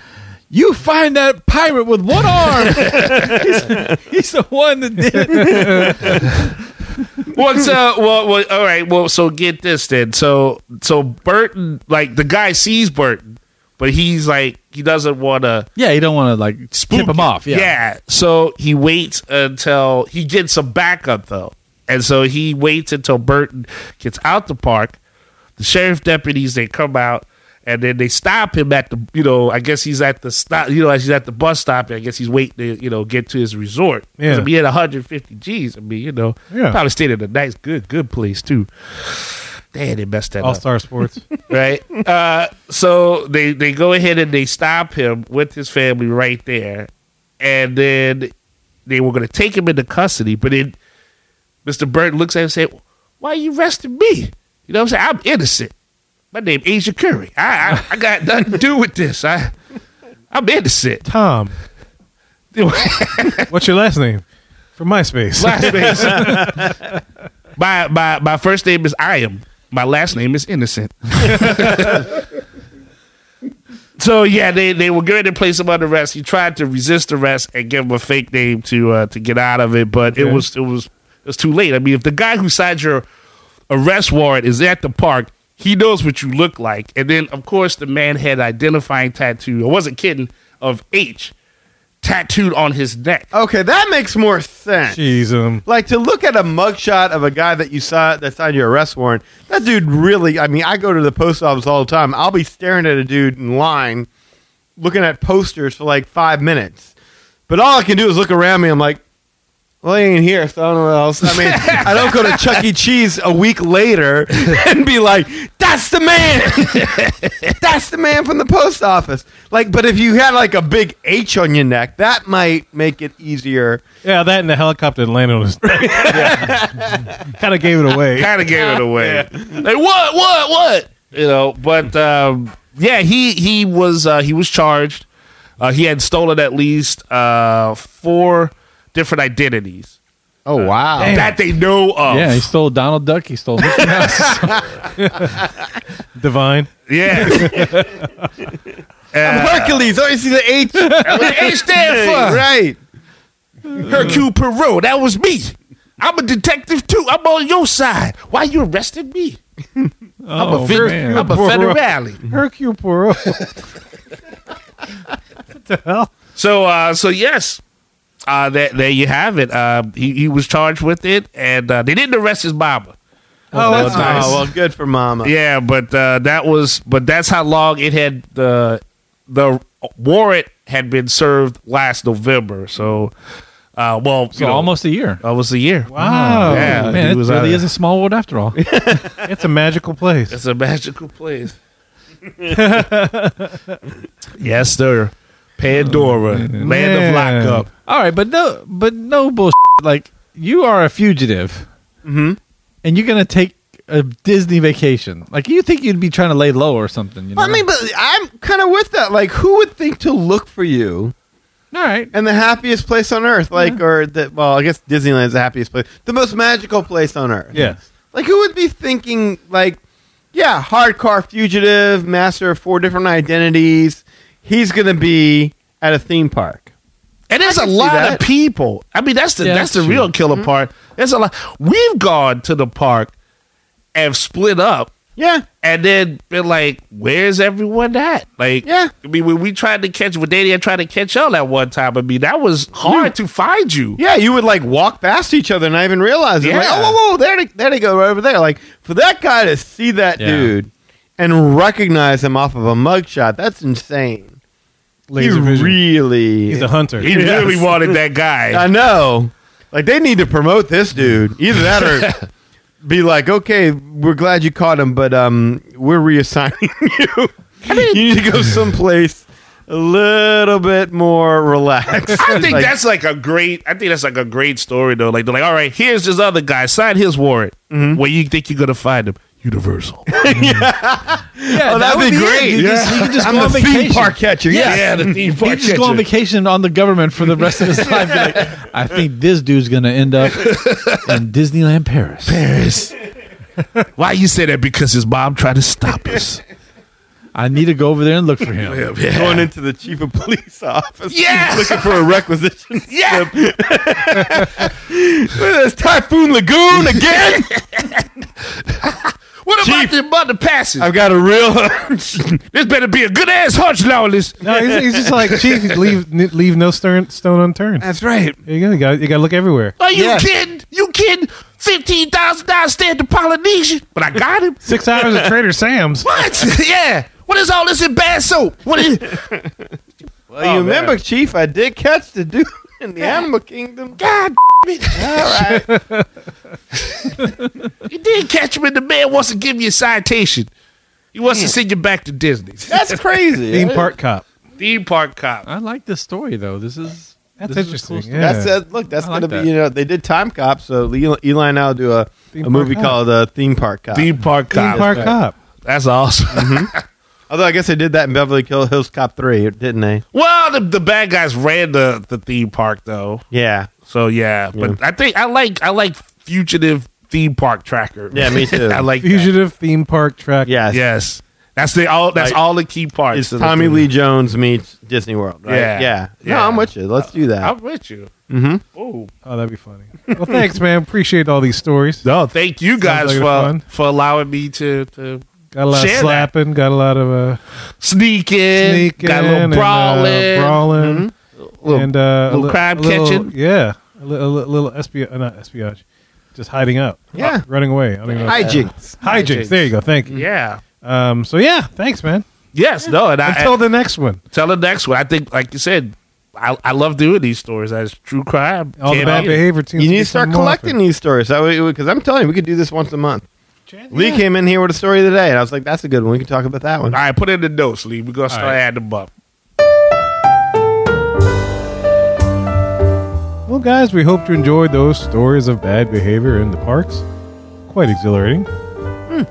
[SPEAKER 8] "You find that pirate with one arm. he's, he's the one that did it."
[SPEAKER 5] What's uh? Well, well, all right. Well, so get this then. So, so Burton, like the guy sees Burton, but he's like he doesn't want to.
[SPEAKER 8] Yeah, you don't want to like tip him off. Yeah.
[SPEAKER 5] So he waits until he gets some backup though. And so he waits until Burton gets out the park. The sheriff deputies they come out and then they stop him at the you know, I guess he's at the stop you know, as he's at the bus stop and I guess he's waiting to, you know, get to his resort. 'Cause,
[SPEAKER 2] Yeah.
[SPEAKER 5] I mean, he had 150 G's. I mean, you know,
[SPEAKER 2] Yeah.
[SPEAKER 5] probably stayed at a nice, good, good place too. Damn, they messed that
[SPEAKER 2] All
[SPEAKER 5] up
[SPEAKER 2] Star Sports.
[SPEAKER 5] right? Uh, so they they go ahead and they stop him with his family right there, and then they were going to take him into custody. But then Mr. Burton looks at him and said, "Why you arresting me? You know what I'm saying? I'm innocent. My name Asia Curry. I I, I got nothing to do with this. I I'm innocent."
[SPEAKER 2] Tom, what's your last name? From MySpace.
[SPEAKER 5] MySpace. my my my first name is I am. My last name is Innocent. [laughs] so yeah, they they were going to place him under arrest. He tried to resist arrest and give him a fake name to uh, to get out of it, but it was it was it was too late. I mean, if the guy who signed your arrest warrant is at the park. He knows what you look like. And then, of course, the man had identifying tattoo. I wasn't kidding. Of H tattooed on his neck.
[SPEAKER 3] Okay, that makes more sense.
[SPEAKER 2] Jeez, um,
[SPEAKER 3] Like to look at a mugshot of a guy that you saw that signed your arrest warrant. That dude really. I mean, I go to the post office all the time. I'll be staring at a dude in line, looking at posters for like five minutes. But all I can do is look around me. I'm like, well, he ain't here, so I don't know what else. I mean, I don't go to Chuck E. Cheese a week later [laughs] and be like, that's the man. [laughs] that's the man from the post office. Like, but if you had like a big H on your neck, that might make it easier.
[SPEAKER 2] yeah, that and the helicopter that landed on his. [laughs] kind of gave it away.
[SPEAKER 5] kind of gave it away. Like what? What? What? You know. But um, yeah, he he was uh, he was charged. Uh, he had stolen at least uh, four different identities.
[SPEAKER 2] Oh wow!
[SPEAKER 5] that they know of.
[SPEAKER 8] Yeah, he stole Donald Duck. He stole Mickey Mouse.
[SPEAKER 2] Divine.
[SPEAKER 5] [laughs] yeah. Uh,
[SPEAKER 3] Hercules. Oh, you see the H.
[SPEAKER 5] What the H stand for?
[SPEAKER 3] right.
[SPEAKER 5] Hercule Perot. That was me. I'm a detective too. I'm on your side. Why you arrested me? I'm a,
[SPEAKER 8] Oh,
[SPEAKER 5] fed-
[SPEAKER 8] man.
[SPEAKER 5] I'm a
[SPEAKER 2] Perot.
[SPEAKER 5] federale.
[SPEAKER 2] Hercule Poirot. what the hell?
[SPEAKER 5] So uh, so yes, uh, that there you have it. Uh, he, he was charged with it, and uh, they didn't arrest his mama.
[SPEAKER 2] Oh, that's nice.
[SPEAKER 3] Oh well, good for Mama.
[SPEAKER 5] Yeah, but uh, that was but that's how long it had the the warrant had been served last November. So uh, well,
[SPEAKER 8] so Oh, almost a year.
[SPEAKER 5] almost a year.
[SPEAKER 8] Oh,
[SPEAKER 2] Wow,
[SPEAKER 5] Yeah, he
[SPEAKER 8] Man, it
[SPEAKER 5] was out
[SPEAKER 8] really
[SPEAKER 5] of-
[SPEAKER 8] is a small world after all.
[SPEAKER 2] it's a magical place.
[SPEAKER 5] It's a magical place. yes, sir. Pandora, land
[SPEAKER 2] Man.
[SPEAKER 5] of lockup.
[SPEAKER 8] All right, but no, but no bullshit. Like you are a fugitive, and you're gonna take a Disney vacation. Like you think you'd be trying to lay low or something. You know?
[SPEAKER 3] I mean, but I'm kind of with that. Like, who would think to look for you
[SPEAKER 8] all right.
[SPEAKER 3] in the happiest place on earth? Like, or that? Well, I guess Disneyland's the happiest place, the most magical place on earth.
[SPEAKER 8] Yeah.
[SPEAKER 3] Like, who would be thinking, like, yeah, hardcore fugitive, master of four different identities. He's going to be at a theme park.
[SPEAKER 5] And there's a
[SPEAKER 3] can see
[SPEAKER 5] lot
[SPEAKER 3] that.
[SPEAKER 5] of people. I mean, that's the
[SPEAKER 8] Yeah,
[SPEAKER 5] that's,
[SPEAKER 8] that's
[SPEAKER 5] the real killer part. There's a lot. We've gone to the park and split up,
[SPEAKER 3] Yeah.
[SPEAKER 5] and then been like, "Where's everyone at?" Like,
[SPEAKER 3] Yeah.
[SPEAKER 5] I mean, when we tried to catch, when Danny and I tried to catch y'all at one time, I mean, that was hard to find you.
[SPEAKER 3] Yeah, you would like walk past each other and not even realize it. Like,
[SPEAKER 5] Yeah.
[SPEAKER 3] oh, whoa, whoa, there, they- there they go, right over there. Like, for that guy to see that
[SPEAKER 8] Yeah.
[SPEAKER 3] dude and recognize him off of a mugshot, that's insane.
[SPEAKER 2] Laser
[SPEAKER 3] he
[SPEAKER 2] vision.
[SPEAKER 3] really.
[SPEAKER 2] He's a hunter.
[SPEAKER 5] He really wanted that guy.
[SPEAKER 3] [laughs] I know. Like, they need to promote this dude. Either that or be like, okay, we're glad you caught him, but um, we're reassigning [laughs] you. you need to go someplace a little bit more relaxed.
[SPEAKER 5] [laughs] I think
[SPEAKER 3] Like,
[SPEAKER 5] that's like a great. I think that's like a great story though. Like they're like, all right, here's this other guy. Sign his warrant.
[SPEAKER 3] Mm-hmm.
[SPEAKER 5] Where you think you're gonna find him? Universal.
[SPEAKER 8] Yeah,
[SPEAKER 3] Oh, that'd be great.
[SPEAKER 8] You just, you could just
[SPEAKER 3] I'm the
[SPEAKER 8] go on
[SPEAKER 3] theme [laughs]
[SPEAKER 8] vacation.
[SPEAKER 3] park catcher. Yeah.
[SPEAKER 5] yeah, the theme
[SPEAKER 8] He
[SPEAKER 5] park.
[SPEAKER 8] just go on
[SPEAKER 5] catcher.
[SPEAKER 8] vacation on the government for the rest of his life. Be like, I think this dude's gonna end up in Disneyland Paris.
[SPEAKER 5] Paris. Why you say that? Because his mom tried to stop us.
[SPEAKER 8] I need to go over there and look for him.
[SPEAKER 3] going into the chief of police [laughs] office.
[SPEAKER 5] Yeah.
[SPEAKER 3] looking for a [laughs] requisition.
[SPEAKER 5] Yeah.
[SPEAKER 3] slip. Look at this Typhoon [laughs] Lagoon again.
[SPEAKER 5] What about the about the passes? [laughs]
[SPEAKER 3] I've got a real [laughs] hunch.
[SPEAKER 5] This better be a good ass hunch, Lawless.
[SPEAKER 2] No, he's, he's just like chief. Leave n- leave no stern, stone unturned.
[SPEAKER 3] That's right.
[SPEAKER 2] There you go. You got you got to look everywhere.
[SPEAKER 5] Are you
[SPEAKER 3] Yes.
[SPEAKER 5] kidding? You kidding? Fifteen thousand dollars stay at the Polynesian, but I got him.
[SPEAKER 2] Six hours of Trader Sam's.
[SPEAKER 5] What? yeah. What is all this in bad soap? What is?
[SPEAKER 3] Well, you remember, Chief, I did catch the dude in the Animal [laughs] Kingdom.
[SPEAKER 5] God All right. you did catch him, and the man wants to give you a citation. He wants to send you back to Disney.
[SPEAKER 3] That's [laughs] crazy. eh?
[SPEAKER 2] Theme park cop.
[SPEAKER 5] Theme park cop.
[SPEAKER 8] I like this story though. This is
[SPEAKER 2] That's
[SPEAKER 8] this is a cool
[SPEAKER 2] interesting.
[SPEAKER 8] story.
[SPEAKER 2] yeah.
[SPEAKER 3] That's uh, look. That's
[SPEAKER 8] I like
[SPEAKER 3] gonna
[SPEAKER 8] that.
[SPEAKER 3] be you know they did Time Cop, so Eli, Eli now do a,
[SPEAKER 2] Theme
[SPEAKER 3] a movie
[SPEAKER 2] Park Cop.
[SPEAKER 3] called uh, Theme Park Cop.
[SPEAKER 5] Theme park cop.
[SPEAKER 2] Theme park cop.
[SPEAKER 5] That's awesome.
[SPEAKER 3] Although I guess they did that in Beverly Hills Cop Three, didn't they?
[SPEAKER 5] well, the, the bad guys ran the, the theme park though.
[SPEAKER 3] Yeah,
[SPEAKER 5] So yeah, but I think I like I like fugitive theme park tracker.
[SPEAKER 3] Yeah,
[SPEAKER 5] [laughs]
[SPEAKER 3] me too.
[SPEAKER 5] I like that.
[SPEAKER 2] Fugitive theme park track.
[SPEAKER 3] yeah,
[SPEAKER 5] Yes, that's the all. That's
[SPEAKER 3] Like,
[SPEAKER 5] all the key parts.
[SPEAKER 3] It's
[SPEAKER 5] of the
[SPEAKER 3] Tommy
[SPEAKER 5] theme.
[SPEAKER 3] Lee Jones meets Disney World, right?
[SPEAKER 5] Yeah.
[SPEAKER 3] Yeah. No,
[SPEAKER 5] Yeah.
[SPEAKER 3] I'm with you. Let's do that.
[SPEAKER 5] I'm with you. Mm-hmm. Oh
[SPEAKER 2] Oh, that'd be funny. Well, thanks, man. Appreciate all these stories.
[SPEAKER 5] no! Thank you guys
[SPEAKER 2] like it
[SPEAKER 5] for
[SPEAKER 2] was fun.
[SPEAKER 5] for allowing me to to
[SPEAKER 2] Got a lot
[SPEAKER 5] Share
[SPEAKER 2] of
[SPEAKER 5] that.
[SPEAKER 2] slapping. Got a lot of uh,
[SPEAKER 5] sneak in,
[SPEAKER 2] sneaking.
[SPEAKER 5] got a little
[SPEAKER 2] and, uh,
[SPEAKER 5] brawling, Mm-hmm.
[SPEAKER 2] brawling.
[SPEAKER 5] little-
[SPEAKER 2] and uh, a
[SPEAKER 5] little
[SPEAKER 2] li-
[SPEAKER 5] crab
[SPEAKER 2] a little-
[SPEAKER 5] catching.
[SPEAKER 2] Yeah, a, li- a li- little espionage, not espionage, just hiding out.
[SPEAKER 3] Yeah.
[SPEAKER 2] Uh, running away. I don't even know.
[SPEAKER 3] Hijinks.
[SPEAKER 2] Hijinks. There you go. Thank
[SPEAKER 5] Mm-hmm.
[SPEAKER 2] you.
[SPEAKER 5] Yeah.
[SPEAKER 2] Um. So yeah, thanks, man.
[SPEAKER 5] Yes. No. And I,
[SPEAKER 2] Until the next one.
[SPEAKER 5] Tell the next one. I think, like you said, I, I love doing these stories. That's true crime.
[SPEAKER 2] All the
[SPEAKER 5] Can't
[SPEAKER 2] bad
[SPEAKER 5] beat it.
[SPEAKER 2] behavior teams.
[SPEAKER 3] You need to start collecting these stories. Because I'm telling you, we could do this once a month. Lee came in here with a story today, and I was like, that's a good one. We can talk about that one.
[SPEAKER 5] All right, put in the notes, Lee. We're gonna start
[SPEAKER 2] right.
[SPEAKER 5] adding them up.
[SPEAKER 2] Well, guys, we hope you enjoyed those stories of bad behavior in the parks. Quite exhilarating. Hmm.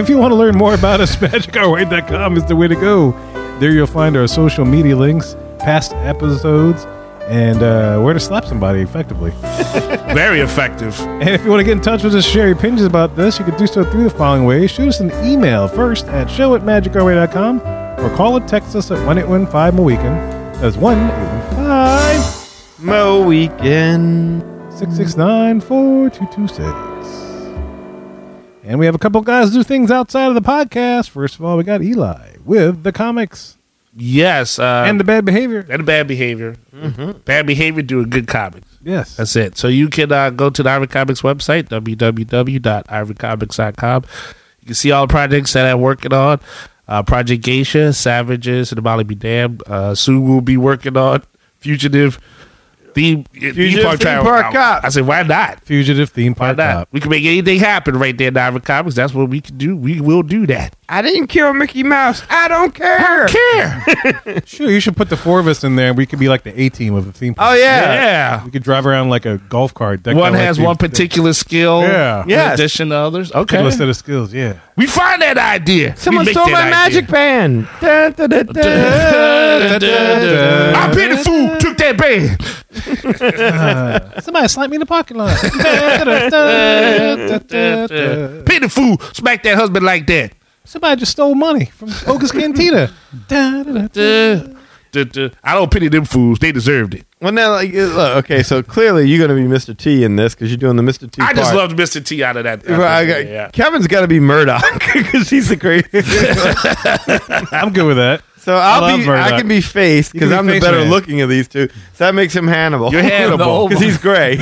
[SPEAKER 2] If you want to learn more about us, [laughs] magicourway.com is the way to go. There you'll find our social media links, past episodes, and uh, where to slap somebody effectively.
[SPEAKER 5] Very effective.
[SPEAKER 2] And if you want to get in touch with us, share your opinions about this, you can do so through the following ways. Shoot us an email first at show at magicourway.com or call or text us at 1 815 Moweekend. That's 1 815
[SPEAKER 3] Mo weekend.
[SPEAKER 2] 669 4226. And we have a couple guys do things outside of the podcast. First of all, we got Eli with the comics
[SPEAKER 5] Yes. Uh,
[SPEAKER 2] and the bad behavior.
[SPEAKER 5] and bad behavior. Bad behavior doing good comics.
[SPEAKER 2] Yes.
[SPEAKER 5] That's it. So you can uh, go to the Ivory Comics website, www.ivorycomics.com. You can see all the projects that I'm working on. Uh, Project Geisha, Savages, and the Molly Be Damned. Uh, soon we'll be working on Fugitive Theme,
[SPEAKER 3] Fugitive Theme
[SPEAKER 5] Trial.
[SPEAKER 3] Park Cop.
[SPEAKER 5] I said, why not?
[SPEAKER 2] Fugitive theme
[SPEAKER 5] Why
[SPEAKER 2] park.
[SPEAKER 5] not?
[SPEAKER 2] cop.
[SPEAKER 5] We can make anything happen right there in Ivory Comics. That's what we can do. We will do that.
[SPEAKER 3] I didn't kill Mickey Mouse. I don't care.
[SPEAKER 5] Care.
[SPEAKER 2] Sure, you should put the four of us in there. and We could be like the A team of the theme park.
[SPEAKER 3] Oh yeah.
[SPEAKER 5] Yeah.
[SPEAKER 2] We could drive around like a golf cart. decked
[SPEAKER 5] One
[SPEAKER 2] out like
[SPEAKER 5] has
[SPEAKER 2] these-
[SPEAKER 5] one particular skill.
[SPEAKER 2] Yeah.
[SPEAKER 5] In
[SPEAKER 3] Yes.
[SPEAKER 5] addition to others.
[SPEAKER 2] particular
[SPEAKER 5] Okay.
[SPEAKER 2] set of skills. [laughs] Yeah.
[SPEAKER 5] We find that idea.
[SPEAKER 3] Someone
[SPEAKER 5] We make
[SPEAKER 3] stole my
[SPEAKER 5] that idea. [laughs]
[SPEAKER 3] magic band. Da, da, da, da, da, da, da.
[SPEAKER 5] I paid the fool, took that [laughs] band.
[SPEAKER 2] Somebody slapped me in the parking lot. [laughs]
[SPEAKER 5] Paid the fool, smack that husband like [laughs] that.
[SPEAKER 2] Somebody just stole money from Hocus [laughs] Cantina.
[SPEAKER 5] Duh, duh, duh. I don't pity them fools. They deserved it.
[SPEAKER 3] Well, now, like, uh, look, okay, so clearly you're going to be Mr. T in this because you're doing the Mr. T.
[SPEAKER 5] I just
[SPEAKER 3] part.
[SPEAKER 5] loved Mr. T out of that.
[SPEAKER 3] Well, I got-
[SPEAKER 5] yeah.
[SPEAKER 3] Kevin's got to be Murdoch [laughs] because he's the greatest.
[SPEAKER 2] I'm good with that.
[SPEAKER 3] So I'll
[SPEAKER 2] love
[SPEAKER 3] be,
[SPEAKER 2] Murdoch.
[SPEAKER 3] I can be face
[SPEAKER 2] You can
[SPEAKER 3] because
[SPEAKER 2] be
[SPEAKER 3] I'm the
[SPEAKER 2] face
[SPEAKER 3] better
[SPEAKER 2] man.
[SPEAKER 3] looking of these two. So that makes him Hannibal. [laughs]
[SPEAKER 5] You're Hannibal.
[SPEAKER 3] because he's
[SPEAKER 5] [laughs]
[SPEAKER 3] gray.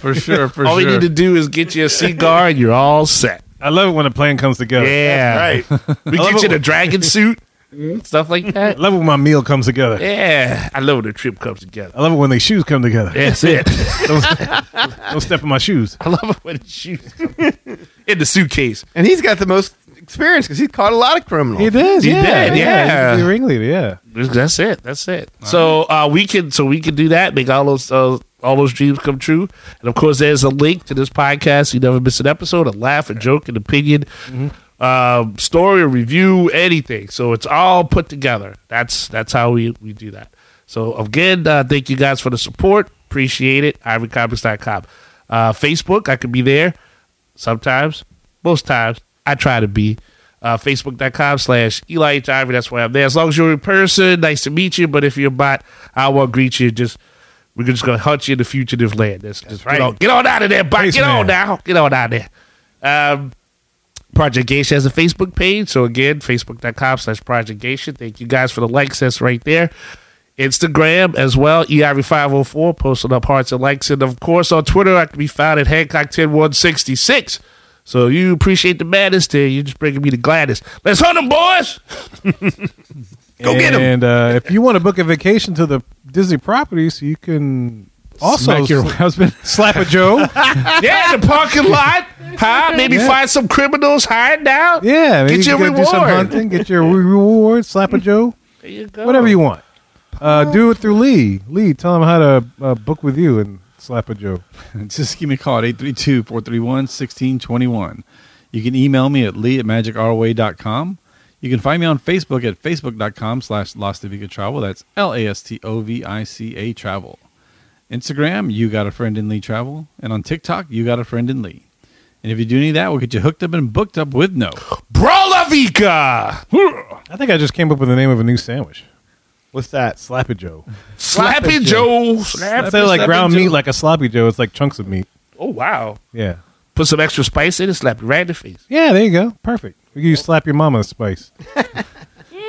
[SPEAKER 8] for sure. For
[SPEAKER 5] All
[SPEAKER 8] sure.
[SPEAKER 5] you need to do is get you a cigar and you're all [laughs] set.
[SPEAKER 2] I love it when a plan comes together.
[SPEAKER 5] Yeah.
[SPEAKER 3] right.
[SPEAKER 5] We get you the dragon [laughs] suit, Mm-hmm. stuff like that.
[SPEAKER 2] I love it when my meal comes together.
[SPEAKER 5] Yeah. I love when the trip comes together.
[SPEAKER 2] I love it when they shoes come together.
[SPEAKER 5] That's [laughs] it.
[SPEAKER 2] Don't step in my shoes.
[SPEAKER 5] I love it when it shoots [laughs] in the suitcase.
[SPEAKER 3] And he's got the most experience because he's caught a lot of criminals.
[SPEAKER 2] He does.
[SPEAKER 5] He
[SPEAKER 2] yeah,
[SPEAKER 5] did, yeah.
[SPEAKER 2] He's the ringleader. Yeah.
[SPEAKER 5] That's it. That's it. So uh, we can so we can do that. Make all those uh, all those dreams come true. And of course, there's a link to this podcast. You never miss an episode. A laugh, a joke, an opinion, um, story, a review, anything. So it's all put together. That's that's how we we do that. So again, uh, thank you guys for the support. Appreciate it. IvoryComics.com. Uh, Facebook, I could be there sometimes, most times, I try to be. Uh, Facebook.com slash Eli H. Ivory. That's why I'm there. As long as you're in person, nice to meet you. But if you're a bot, I will greet you. Just we're just gonna hunt you in the fugitive land. That's, just
[SPEAKER 3] right.
[SPEAKER 5] get, on, get on out of there, bot.
[SPEAKER 2] Face
[SPEAKER 5] get
[SPEAKER 2] man.
[SPEAKER 5] on now. Get on out of there. Um, Project Geisha has a Facebook page. So again, facebook.com slash Project Geisha. Thank you guys for the likes. That's right there. Instagram as well, E EIV504, posting up hearts and likes. And of course, on Twitter, I can be found at Hancock10166. So you appreciate the madness there. You're just bringing me the gladness. Let's hunt them, boys. Go
[SPEAKER 2] and,
[SPEAKER 5] get 'em.
[SPEAKER 2] uh, if you want to book a vacation to the Disney properties, you can also
[SPEAKER 8] Smack your [laughs]
[SPEAKER 2] husband, [laughs] slap a Joe.
[SPEAKER 5] Yeah, in the parking lot. Huh? Maybe
[SPEAKER 2] Yeah.
[SPEAKER 5] find some criminals, hide down.
[SPEAKER 2] Yeah, maybe
[SPEAKER 5] Get
[SPEAKER 2] you
[SPEAKER 5] your
[SPEAKER 2] can go do some
[SPEAKER 5] reward.
[SPEAKER 2] hunting, get your re- reward, slap a Joe,
[SPEAKER 5] There you go.
[SPEAKER 2] whatever you want. Uh, do it through Lee. Lee, tell him how to uh, book with you and slap a Joe.
[SPEAKER 8] Just give me a call at 832 431 1621. You can email me at lee at magicrway.com. You can find me on Facebook at facebook.com slash Las Tovica Travel. That's L A S T O V I C A Travel. Instagram, you got a friend in Lee Travel. And on TikTok, you got a friend in Lee. And if you do any of that, we'll get you hooked up and booked up with no.
[SPEAKER 5] Brolavica.
[SPEAKER 2] I think I just came up with the name of a new sandwich.
[SPEAKER 3] What's that?
[SPEAKER 2] Slap a Joe.
[SPEAKER 5] Slappy Joe. Slap
[SPEAKER 2] Instead of like ground meat, like a sloppy Joe, it's like chunks of meat.
[SPEAKER 5] Oh, wow.
[SPEAKER 2] Yeah.
[SPEAKER 5] Put some extra spice in it, slap you right in the face.
[SPEAKER 2] Yeah, there you go. Perfect. We can use slap your mama spice.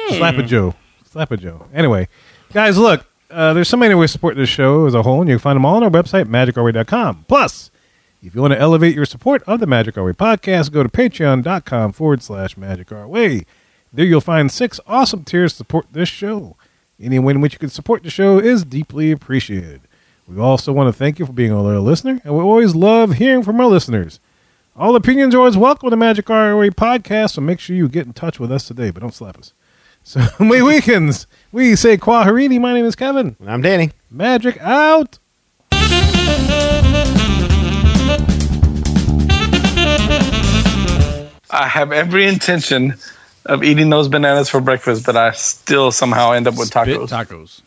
[SPEAKER 2] slap a Joe. Slap a Joe. Anyway, guys, look, uh, there's so many ways to support this show as a whole, and you can find them all on our website, magicourway.com. Plus, if you want to elevate your support of the Magic Our Way podcast, go to patreon.com forward slash magic our way. There you'll find six awesome tiers to support this show. Any way in which you can support the show is deeply appreciated. We also want to thank you for being a loyal listener, and we always love hearing from our listeners. All opinions are always welcome to Magic Our Way podcast, so make sure you get in touch with us today, but don't slap us. So, [laughs] my weekends, we say Quaharini. My name is Kevin.
[SPEAKER 3] And I'm Danny.
[SPEAKER 2] Magic out.
[SPEAKER 9] I have every intention of eating those bananas for breakfast, but I still somehow end up with
[SPEAKER 8] Spit
[SPEAKER 9] tacos.
[SPEAKER 8] tacos.